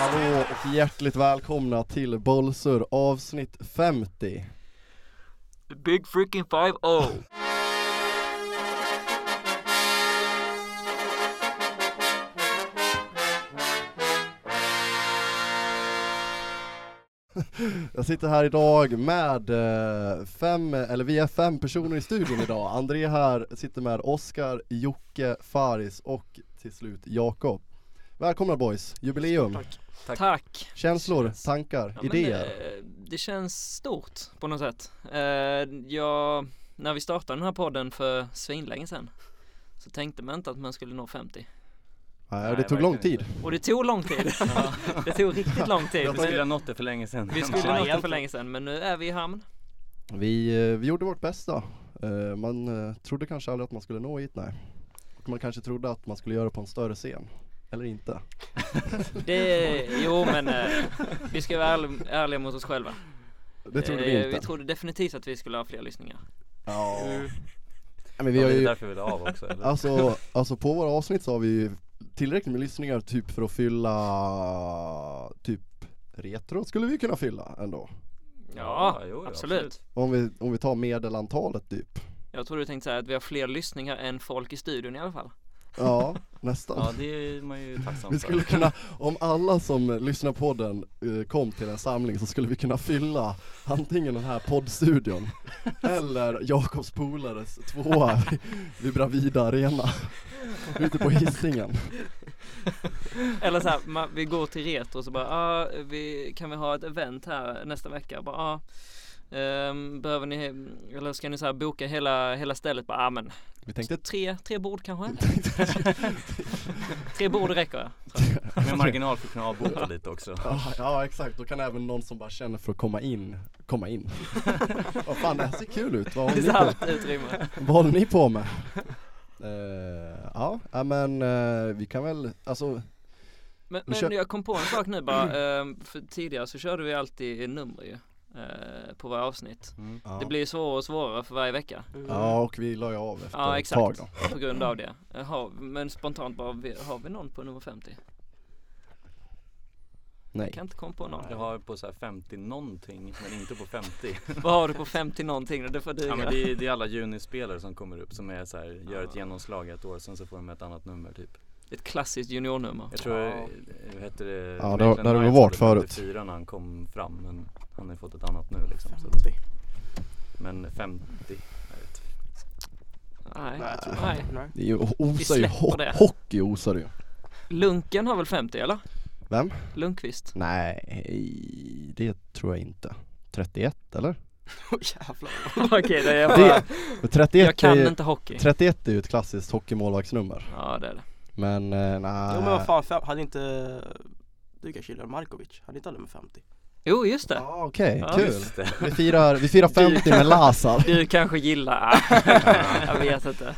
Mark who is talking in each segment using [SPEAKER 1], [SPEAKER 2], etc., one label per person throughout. [SPEAKER 1] och hjärtligt välkomna till Bollsur avsnitt 50
[SPEAKER 2] The big freaking oh. 5-0!
[SPEAKER 1] Jag sitter här idag med eh, fem, eller vi är fem personer i studion idag André här sitter med Oskar, Jocke, Faris och till slut Jakob Välkomna boys, jubileum,
[SPEAKER 3] Tack.
[SPEAKER 2] Tack.
[SPEAKER 3] Tack.
[SPEAKER 1] känslor, tankar,
[SPEAKER 3] Ja, men,
[SPEAKER 1] idéer
[SPEAKER 3] eh, det känns stort på något sätt. Eh, jag, när vi startade den här podden för svinlänge sedan så tänkte man inte att man skulle nå 50.
[SPEAKER 1] Nej,
[SPEAKER 4] nej,
[SPEAKER 1] det tog lång
[SPEAKER 4] verkligen
[SPEAKER 1] tid
[SPEAKER 3] Och det tog lång tid. det tog riktigt lång tid.
[SPEAKER 4] Vi skulle ha
[SPEAKER 3] Men,
[SPEAKER 4] nått det för länge sedan.
[SPEAKER 3] vi skulle ha nått det för länge sedan men nu är vi i hamn.
[SPEAKER 1] Vi, eh, vi gjorde vårt bästa. Eh, Man eh, trodde kanske aldrig att man skulle nå hit, nej. Och man kanske trodde att man skulle göra det på en större scen. Eller inte.
[SPEAKER 3] Det, jo men eh, vi ska vara ärl, ärliga mot oss själva.
[SPEAKER 1] Det trodde
[SPEAKER 3] Eh,
[SPEAKER 1] vi inte.
[SPEAKER 3] Vi trodde definitivt att vi skulle ha fler lyssningar.
[SPEAKER 1] Ja.
[SPEAKER 3] Mm.
[SPEAKER 1] Nej, Men vi
[SPEAKER 4] Vi
[SPEAKER 1] har
[SPEAKER 4] är
[SPEAKER 1] ju,
[SPEAKER 4] därför vi la av också eller?
[SPEAKER 1] alltså, alltså på våra avsnitt så har vi ju tillräckligt med lyssningar typ för att fylla typ retro skulle vi kunna fylla ändå.
[SPEAKER 3] Ja,
[SPEAKER 4] jo, jo,
[SPEAKER 3] absolut.
[SPEAKER 1] Om vi, om vi tar medelantalet typ.
[SPEAKER 3] Jag tror du tänkte säga att vi har fler lyssningar än folk i studion i alla fall.
[SPEAKER 1] Ja, nästan.
[SPEAKER 4] Ja det är man ju tacksam
[SPEAKER 1] Vi skulle
[SPEAKER 4] för.
[SPEAKER 1] kunna, om alla som lyssnar på den eh, kom till en samling så skulle vi kunna fylla antingen den här poddstudion eller Jakobs polares tvåa vid- vid Bravida Arena ute på Hisingen.
[SPEAKER 3] Eller så här, man, vi går till retro och så bara, ah, vi, kan vi ha ett event här nästa vecka? Bara, ah, ehm, behöver ni, eller ska ni så här boka hela, hela stället? Bara, ah, men
[SPEAKER 1] Vi tänkte
[SPEAKER 3] tre, tre bord kanske? tre bord räcker ja.
[SPEAKER 4] Med marginal för att kunna avboka lite också.
[SPEAKER 1] Ja, ja exakt, då kan även någon som bara känner för att komma in, komma in. Vad fan det här ser kul ut, vad håller ni på,
[SPEAKER 3] Allt utrymme.
[SPEAKER 1] vad håller ni på med? Eh, ja, ja, men eh, vi kan väl, alltså
[SPEAKER 3] Mm. Men,
[SPEAKER 1] Vi kör-
[SPEAKER 3] men jag kom på en sak nu bara, ehm, för tidigare så körde vi alltid nummer ju. eh, På varje avsnitt.
[SPEAKER 1] ja.
[SPEAKER 3] Det blir ju svårare och svårare för varje vecka
[SPEAKER 1] Ja och vi la ju av efter
[SPEAKER 3] Ja,
[SPEAKER 1] ett tag
[SPEAKER 3] exakt.
[SPEAKER 1] då.
[SPEAKER 3] på grund av det. Eh, Har, men spontant bara, vi- har vi någon på nummer 50?
[SPEAKER 1] Nej.
[SPEAKER 3] Kan inte komma på någon.
[SPEAKER 4] Jag har på så här 50 någonting men inte på 50.
[SPEAKER 3] Vad har du på 50 någonting då? Det får duga.
[SPEAKER 4] Ja men det är, det är alla junispelare som kommer upp som är så här, gör ett genomslag ett år sen så får de ett annat nummer typ.
[SPEAKER 3] Ett klassiskt juniornummer.
[SPEAKER 4] Jag tror, eh, vad hette det?
[SPEAKER 1] Ja, det har- det har det varit förut.
[SPEAKER 4] 54 när han kom fram men han har ju fått ett annat nu liksom. 50. Men 50, jag vet
[SPEAKER 3] Nej,
[SPEAKER 1] Nej.
[SPEAKER 3] jag tror nej.
[SPEAKER 1] Det är ju, osar
[SPEAKER 3] Vi
[SPEAKER 1] ju,
[SPEAKER 3] släpper
[SPEAKER 1] ho-
[SPEAKER 3] det.
[SPEAKER 1] hockey osar det ju
[SPEAKER 3] Lunken har väl 50 eller?
[SPEAKER 1] Vem?
[SPEAKER 3] Lundqvist.
[SPEAKER 1] Nej, det tror jag inte 31 eller?
[SPEAKER 3] Okej, det är
[SPEAKER 1] Det,
[SPEAKER 3] bara,
[SPEAKER 1] men 31,
[SPEAKER 3] jag kan
[SPEAKER 1] är,
[SPEAKER 3] inte hockey.
[SPEAKER 1] 31 är ju ett klassiskt hockeymålvaktsnummer
[SPEAKER 3] Ja det är det.
[SPEAKER 1] Men eh, nej
[SPEAKER 5] Jo men vad fan, fem, hade inte du kanske gillar Markovic? Hade inte han nummer 50?
[SPEAKER 3] Jo just det.
[SPEAKER 1] Ja okej,
[SPEAKER 3] Ja.
[SPEAKER 1] kul!
[SPEAKER 4] Just det.
[SPEAKER 1] Vi firar, vi firar 50 med Lazar
[SPEAKER 3] Du kanske gillar, ah, jag vet inte.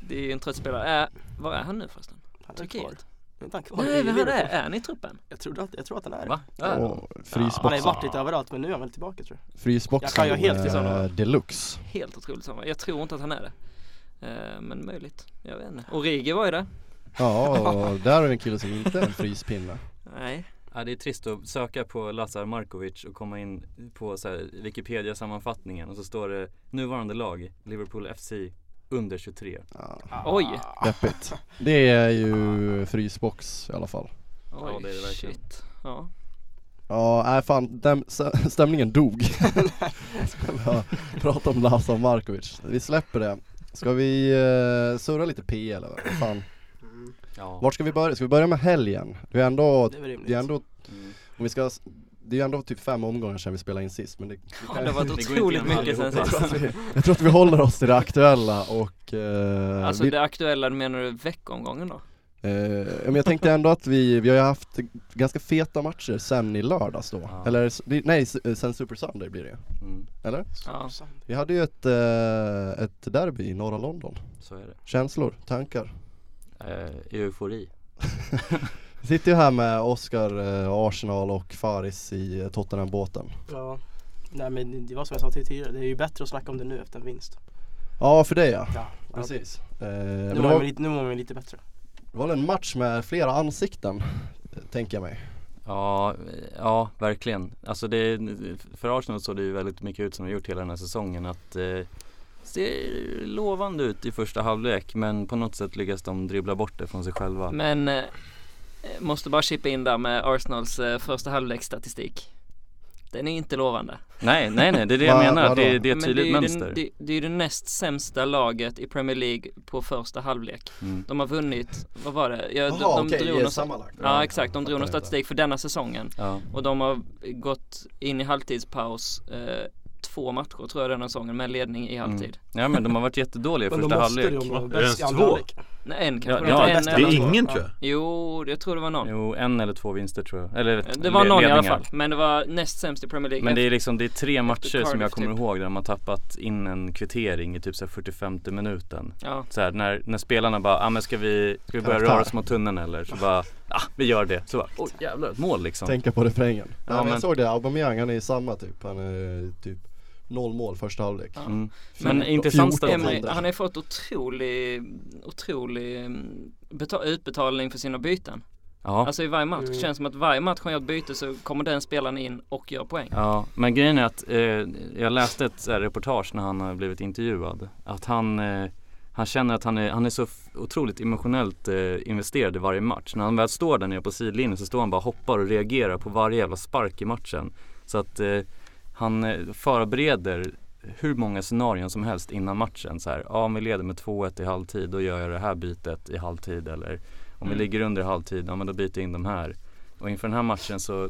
[SPEAKER 3] Det är ju en trött spelare. Äh, var är han nu förresten?
[SPEAKER 5] Han är kvar.
[SPEAKER 3] Turkiet?
[SPEAKER 5] Är inte han kvar?
[SPEAKER 3] Nej
[SPEAKER 5] i
[SPEAKER 3] men han är,
[SPEAKER 5] Liverpool?
[SPEAKER 3] är han i truppen?
[SPEAKER 5] Jag, trodde att, jag tror att han är det.
[SPEAKER 4] Va? Där då?
[SPEAKER 1] Och
[SPEAKER 5] Han har ju
[SPEAKER 1] Frysboxen,
[SPEAKER 5] varit lite överallt men nu är han väl tillbaka tror jag. Jag
[SPEAKER 1] frysboxen
[SPEAKER 5] kan ju helt i sådana.
[SPEAKER 1] eh, deluxe
[SPEAKER 3] Helt otroligt samma. Jag tror inte att han är det. Eh, Men möjligt. Jag vet inte. Origi var ju det.
[SPEAKER 1] Ja, och där har vi en kille som inte är en fryspinne
[SPEAKER 3] Nej.
[SPEAKER 4] Ja, det är trist att söka på Lazar Markovic och komma in på så här Wikipedia-sammanfattningen och så står det nuvarande lag, Liverpool FC, under 23.
[SPEAKER 1] ja,
[SPEAKER 4] Ah.
[SPEAKER 3] Oj.
[SPEAKER 5] Ah,
[SPEAKER 1] Deppigt Det är ju frysbox i alla fall
[SPEAKER 3] Oj,
[SPEAKER 4] det är det verkligen.
[SPEAKER 3] shit. Ja.
[SPEAKER 1] Ja, nej fan, den, stämningen dog. Ska vi ha- prata om Lazar Markovic. Vi släpper det. Ska vi uh, surra lite P eller vad fan?
[SPEAKER 4] Ja.
[SPEAKER 1] Vart ska vi börja? Ska vi börja med helgen? Det är ändå,
[SPEAKER 5] Det är väl rimligt.
[SPEAKER 1] det är ändå, om
[SPEAKER 4] Mm.
[SPEAKER 1] vi ska, det är ändå typ fem omgångar sedan vi spelade in sist men det,
[SPEAKER 3] Det
[SPEAKER 4] Det
[SPEAKER 3] har varit
[SPEAKER 4] går inte
[SPEAKER 3] otroligt
[SPEAKER 4] igenom
[SPEAKER 3] mycket sen
[SPEAKER 4] allihopa.
[SPEAKER 3] sist.
[SPEAKER 1] jag tror att vi håller oss till det aktuella och eh,
[SPEAKER 3] Alltså
[SPEAKER 1] vi,
[SPEAKER 3] det aktuella, menar du veckomgången då?
[SPEAKER 1] eh, men jag tänkte ändå att vi, vi har ju haft ganska feta matcher sen i lördags då,
[SPEAKER 4] Ja.
[SPEAKER 1] eller s- nej s- eh, sen Super Sunday blir det ju.
[SPEAKER 4] Mm.
[SPEAKER 1] eller?
[SPEAKER 3] Ja.
[SPEAKER 1] Vi hade ju ett, eh, ett derby i norra London.
[SPEAKER 4] Så är det.
[SPEAKER 1] Känslor, tankar.
[SPEAKER 4] Eh, eufori.
[SPEAKER 1] Vi sitter ju här med Oscar, eh, Arsenal och Faris i eh, Tottenham-båten.
[SPEAKER 5] Ja. Nej men det var som jag sa till tidigare, det är ju bättre att snacka om det nu efter en vinst.
[SPEAKER 1] Ja, för dig ja.
[SPEAKER 5] Ja,
[SPEAKER 1] Precis. Eh, men det
[SPEAKER 5] Nu mår man
[SPEAKER 1] var,
[SPEAKER 5] lite, nu mår man lite bättre.
[SPEAKER 1] det var väl en match med flera ansikten, eh, tänker jag mig.
[SPEAKER 4] Ja, Ja, ja verkligen. Alltså det, för Arsenal såg det ju väldigt mycket ut som det gjort hela den här säsongen. Att eh, ser lovande ut i första halvlek men på något sätt lyckas de dribbla bort det från sig själva.
[SPEAKER 3] Men eh, måste bara chippa in där med Arsenals eh, första halvleksstatistik. Den är inte lovande.
[SPEAKER 4] Nej, nej, nej, det är det jag
[SPEAKER 1] Va-
[SPEAKER 4] menar.
[SPEAKER 1] vadå?
[SPEAKER 4] Det, det är
[SPEAKER 3] Men
[SPEAKER 4] ett tydligt
[SPEAKER 3] ju
[SPEAKER 4] mönster.
[SPEAKER 3] Den, det, det är ju det näst sämsta laget i Premier League på första halvlek.
[SPEAKER 4] Mm.
[SPEAKER 3] De har vunnit, vad var det? Ja, de,
[SPEAKER 1] Jaha
[SPEAKER 3] de
[SPEAKER 1] okej,
[SPEAKER 3] drog
[SPEAKER 1] eh,
[SPEAKER 3] någon-
[SPEAKER 1] sammanlagt.
[SPEAKER 3] Ja exakt, de drog någon
[SPEAKER 1] Fattar inte.
[SPEAKER 3] statistik för denna säsongen.
[SPEAKER 4] Ja.
[SPEAKER 3] Och de har gått in i halvtidspaus eh, två matcher tror jag denna säsongen med ledning i halvtid.
[SPEAKER 4] Mm. ja, men de har varit jättedåliga i
[SPEAKER 5] Men då
[SPEAKER 4] första
[SPEAKER 5] måste
[SPEAKER 4] halvlek.
[SPEAKER 5] det ju vara
[SPEAKER 6] Är det ens
[SPEAKER 5] bäst i andra
[SPEAKER 6] två?
[SPEAKER 5] halvlek.
[SPEAKER 3] Nej en kanske
[SPEAKER 4] Ja,
[SPEAKER 3] ja,
[SPEAKER 4] det
[SPEAKER 3] en
[SPEAKER 5] är
[SPEAKER 6] Det
[SPEAKER 3] eller
[SPEAKER 6] är
[SPEAKER 3] två.
[SPEAKER 6] ingen
[SPEAKER 5] Ja.
[SPEAKER 6] tror jag.
[SPEAKER 3] Jo, jag tror det var någon.
[SPEAKER 4] Jo, en eller två vinster tror jag. Eller
[SPEAKER 3] Det var någon i alla
[SPEAKER 4] ledningar.
[SPEAKER 3] fall, men det var näst sämst i Premier League.
[SPEAKER 4] Men det är liksom, det är tre matcher som jag
[SPEAKER 3] Cardiff,
[SPEAKER 4] kommer
[SPEAKER 3] typ.
[SPEAKER 4] ihåg där de har tappat in en kvittering i typ så här 45 minuten.
[SPEAKER 3] Ja,
[SPEAKER 4] Så här, när, när spelarna bara, ah, men ska vi, ska vi börja
[SPEAKER 1] Karaktär.
[SPEAKER 4] röra oss mot tunneln eller? Så bara, ah, vi gör det. Så bara, oj jävlar, ett mål liksom.
[SPEAKER 1] Tänka på refrängen. Nej, men
[SPEAKER 4] men-
[SPEAKER 1] jag såg det, Aubameyang han är i samma typ, han är typ noll mål första halvlek.
[SPEAKER 3] Ja.
[SPEAKER 4] Mm.
[SPEAKER 1] Fjorton-
[SPEAKER 4] Men intressant
[SPEAKER 1] fjorton
[SPEAKER 4] statistik.
[SPEAKER 3] Emery,
[SPEAKER 1] hundra.
[SPEAKER 3] han har ju fått otrolig, otrolig mm, beta- utbetalning för sina byten.
[SPEAKER 4] Ja.
[SPEAKER 3] Alltså i varje match,
[SPEAKER 5] Mm.
[SPEAKER 3] känns som att varje match han gör ett byte så kommer den spelaren in och gör poäng.
[SPEAKER 4] Ja, men grejen är att eh, jag läste ett så här, reportage när han har blivit intervjuad. Att han, eh, han känner att han är, han är så f- otroligt emotionellt eh, investerad i varje match. När han väl står där nere på sidlinjen så står han bara och hoppar och reagerar på varje jävla spark i matchen. Så att eh, han eh, förbereder hur många scenarion som helst innan matchen. Så här, ja, om vi leder med 2-1 i halvtid, då gör jag det här bytet i halvtid. Eller om
[SPEAKER 3] Mm.
[SPEAKER 4] vi ligger under i halvtid, ja men då byter jag in de här. Och inför den här matchen så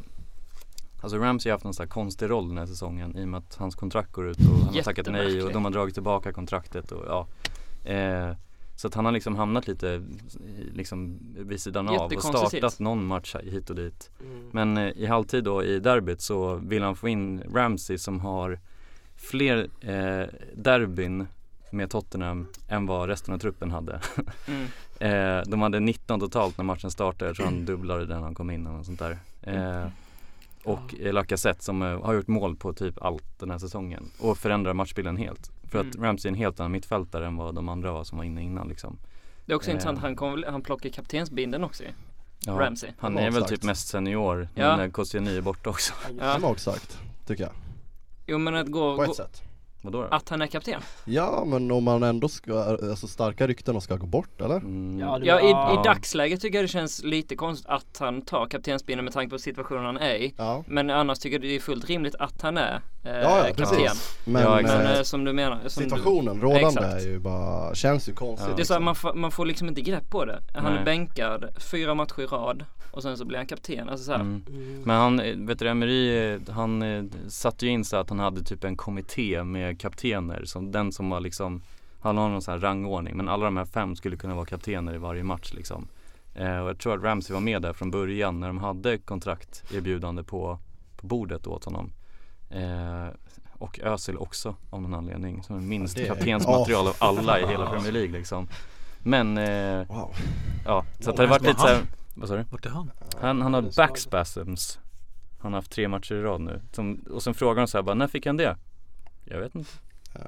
[SPEAKER 4] Alltså Ramsey har haft någon sån här konstig roll den här säsongen i och med att hans kontrakt går ut och han har tackat nej och
[SPEAKER 3] Jättemärklig.
[SPEAKER 4] de har dragit tillbaka kontraktet och ja. Eh, så att han har liksom hamnat lite i- liksom vid sidan av och
[SPEAKER 3] Jättekonstigt.
[SPEAKER 4] startat någon match hit och dit.
[SPEAKER 5] Mm.
[SPEAKER 4] Men eh, i halvtid då i derbyt så vill han få in Ramsey som har fler eh, derbyn med Tottenham än vad resten av truppen hade.
[SPEAKER 3] Mm.
[SPEAKER 4] Eh, de hade 19 totalt när matchen startade. Jag tror han dubblade den när han kom in eller något sånt där. Eh, och eh, Lacazette som eh, har gjort mål på typ allt den här säsongen och förändrar matchbilden helt. För att
[SPEAKER 3] Mm.
[SPEAKER 4] Ramsey är en helt annan mittfältare än vad de andra var som var inne innan liksom.
[SPEAKER 3] Det är också
[SPEAKER 4] Eh.
[SPEAKER 3] intressant, han, kom, väl- han plockar kaptensbindeln också ju,
[SPEAKER 4] Ja,
[SPEAKER 3] Ramsey.
[SPEAKER 4] Han
[SPEAKER 1] Ja,
[SPEAKER 4] är väl
[SPEAKER 1] starkt.
[SPEAKER 4] typ mest senior,
[SPEAKER 3] Ja.
[SPEAKER 4] men eh, Koscielny är borta också.
[SPEAKER 3] Ja.
[SPEAKER 1] Det var också sagt, tycker jag.
[SPEAKER 3] Jo men att gå,
[SPEAKER 1] På
[SPEAKER 3] gå
[SPEAKER 1] ett sätt.
[SPEAKER 4] Vadå då?
[SPEAKER 3] att han är kapten.
[SPEAKER 1] Ja men om man ändå ska, alltså starka rykten ska gå bort eller?
[SPEAKER 4] Mm.
[SPEAKER 5] Ja, det-
[SPEAKER 3] Ja i,
[SPEAKER 5] Ja.
[SPEAKER 3] i dagsläget tycker jag det känns lite konstigt att han tar kaptensbindeln med tanke på situationen han är i.
[SPEAKER 1] Ja,
[SPEAKER 3] Men annars tycker jag det är fullt rimligt att han är eh,
[SPEAKER 1] ja, ja
[SPEAKER 3] kapten.
[SPEAKER 1] precis. Men,
[SPEAKER 4] Ja,
[SPEAKER 3] Men
[SPEAKER 4] exakt.
[SPEAKER 1] eh,
[SPEAKER 3] eh, som du menar, som du,
[SPEAKER 1] situationen rådande
[SPEAKER 3] Exakt.
[SPEAKER 1] är ju bara, känns ju konstigt.
[SPEAKER 4] Ja.
[SPEAKER 3] Det är så här, man, får, man får liksom inte grepp på det. Han
[SPEAKER 4] Nej.
[SPEAKER 3] är bänkad fyra matcher i rad och sen så blir han kapten. Alltså så här,
[SPEAKER 4] Mm.
[SPEAKER 5] Mm.
[SPEAKER 4] Men han, eh, vet du Emery, eh, han eh, satte ju in så att han hade typ en kommitté med kaptener. Som den som var liksom, han har någon sån här rangordning. Men alla de här fem skulle kunna vara kaptener i varje match liksom. Eh, och jag tror att Ramsey var med där från början när de hade kontrakt erbjudande på, på bordet åt honom. Eh, och Özil också av någon anledning. Som är minst
[SPEAKER 1] Det är-
[SPEAKER 4] kaptensmaterial av alla i hela
[SPEAKER 1] Fan.
[SPEAKER 4] Premier League liksom. Men eh,
[SPEAKER 1] Wow.
[SPEAKER 4] ja, så att det har varit lite såhär, vad sa du?
[SPEAKER 6] Vart är han?
[SPEAKER 4] Han, han har
[SPEAKER 5] det är
[SPEAKER 4] back spasms. Han har haft tre matcher i rad nu. Som, och sen frågar de så här bara, när fick han det? Jag vet inte.
[SPEAKER 1] Ja.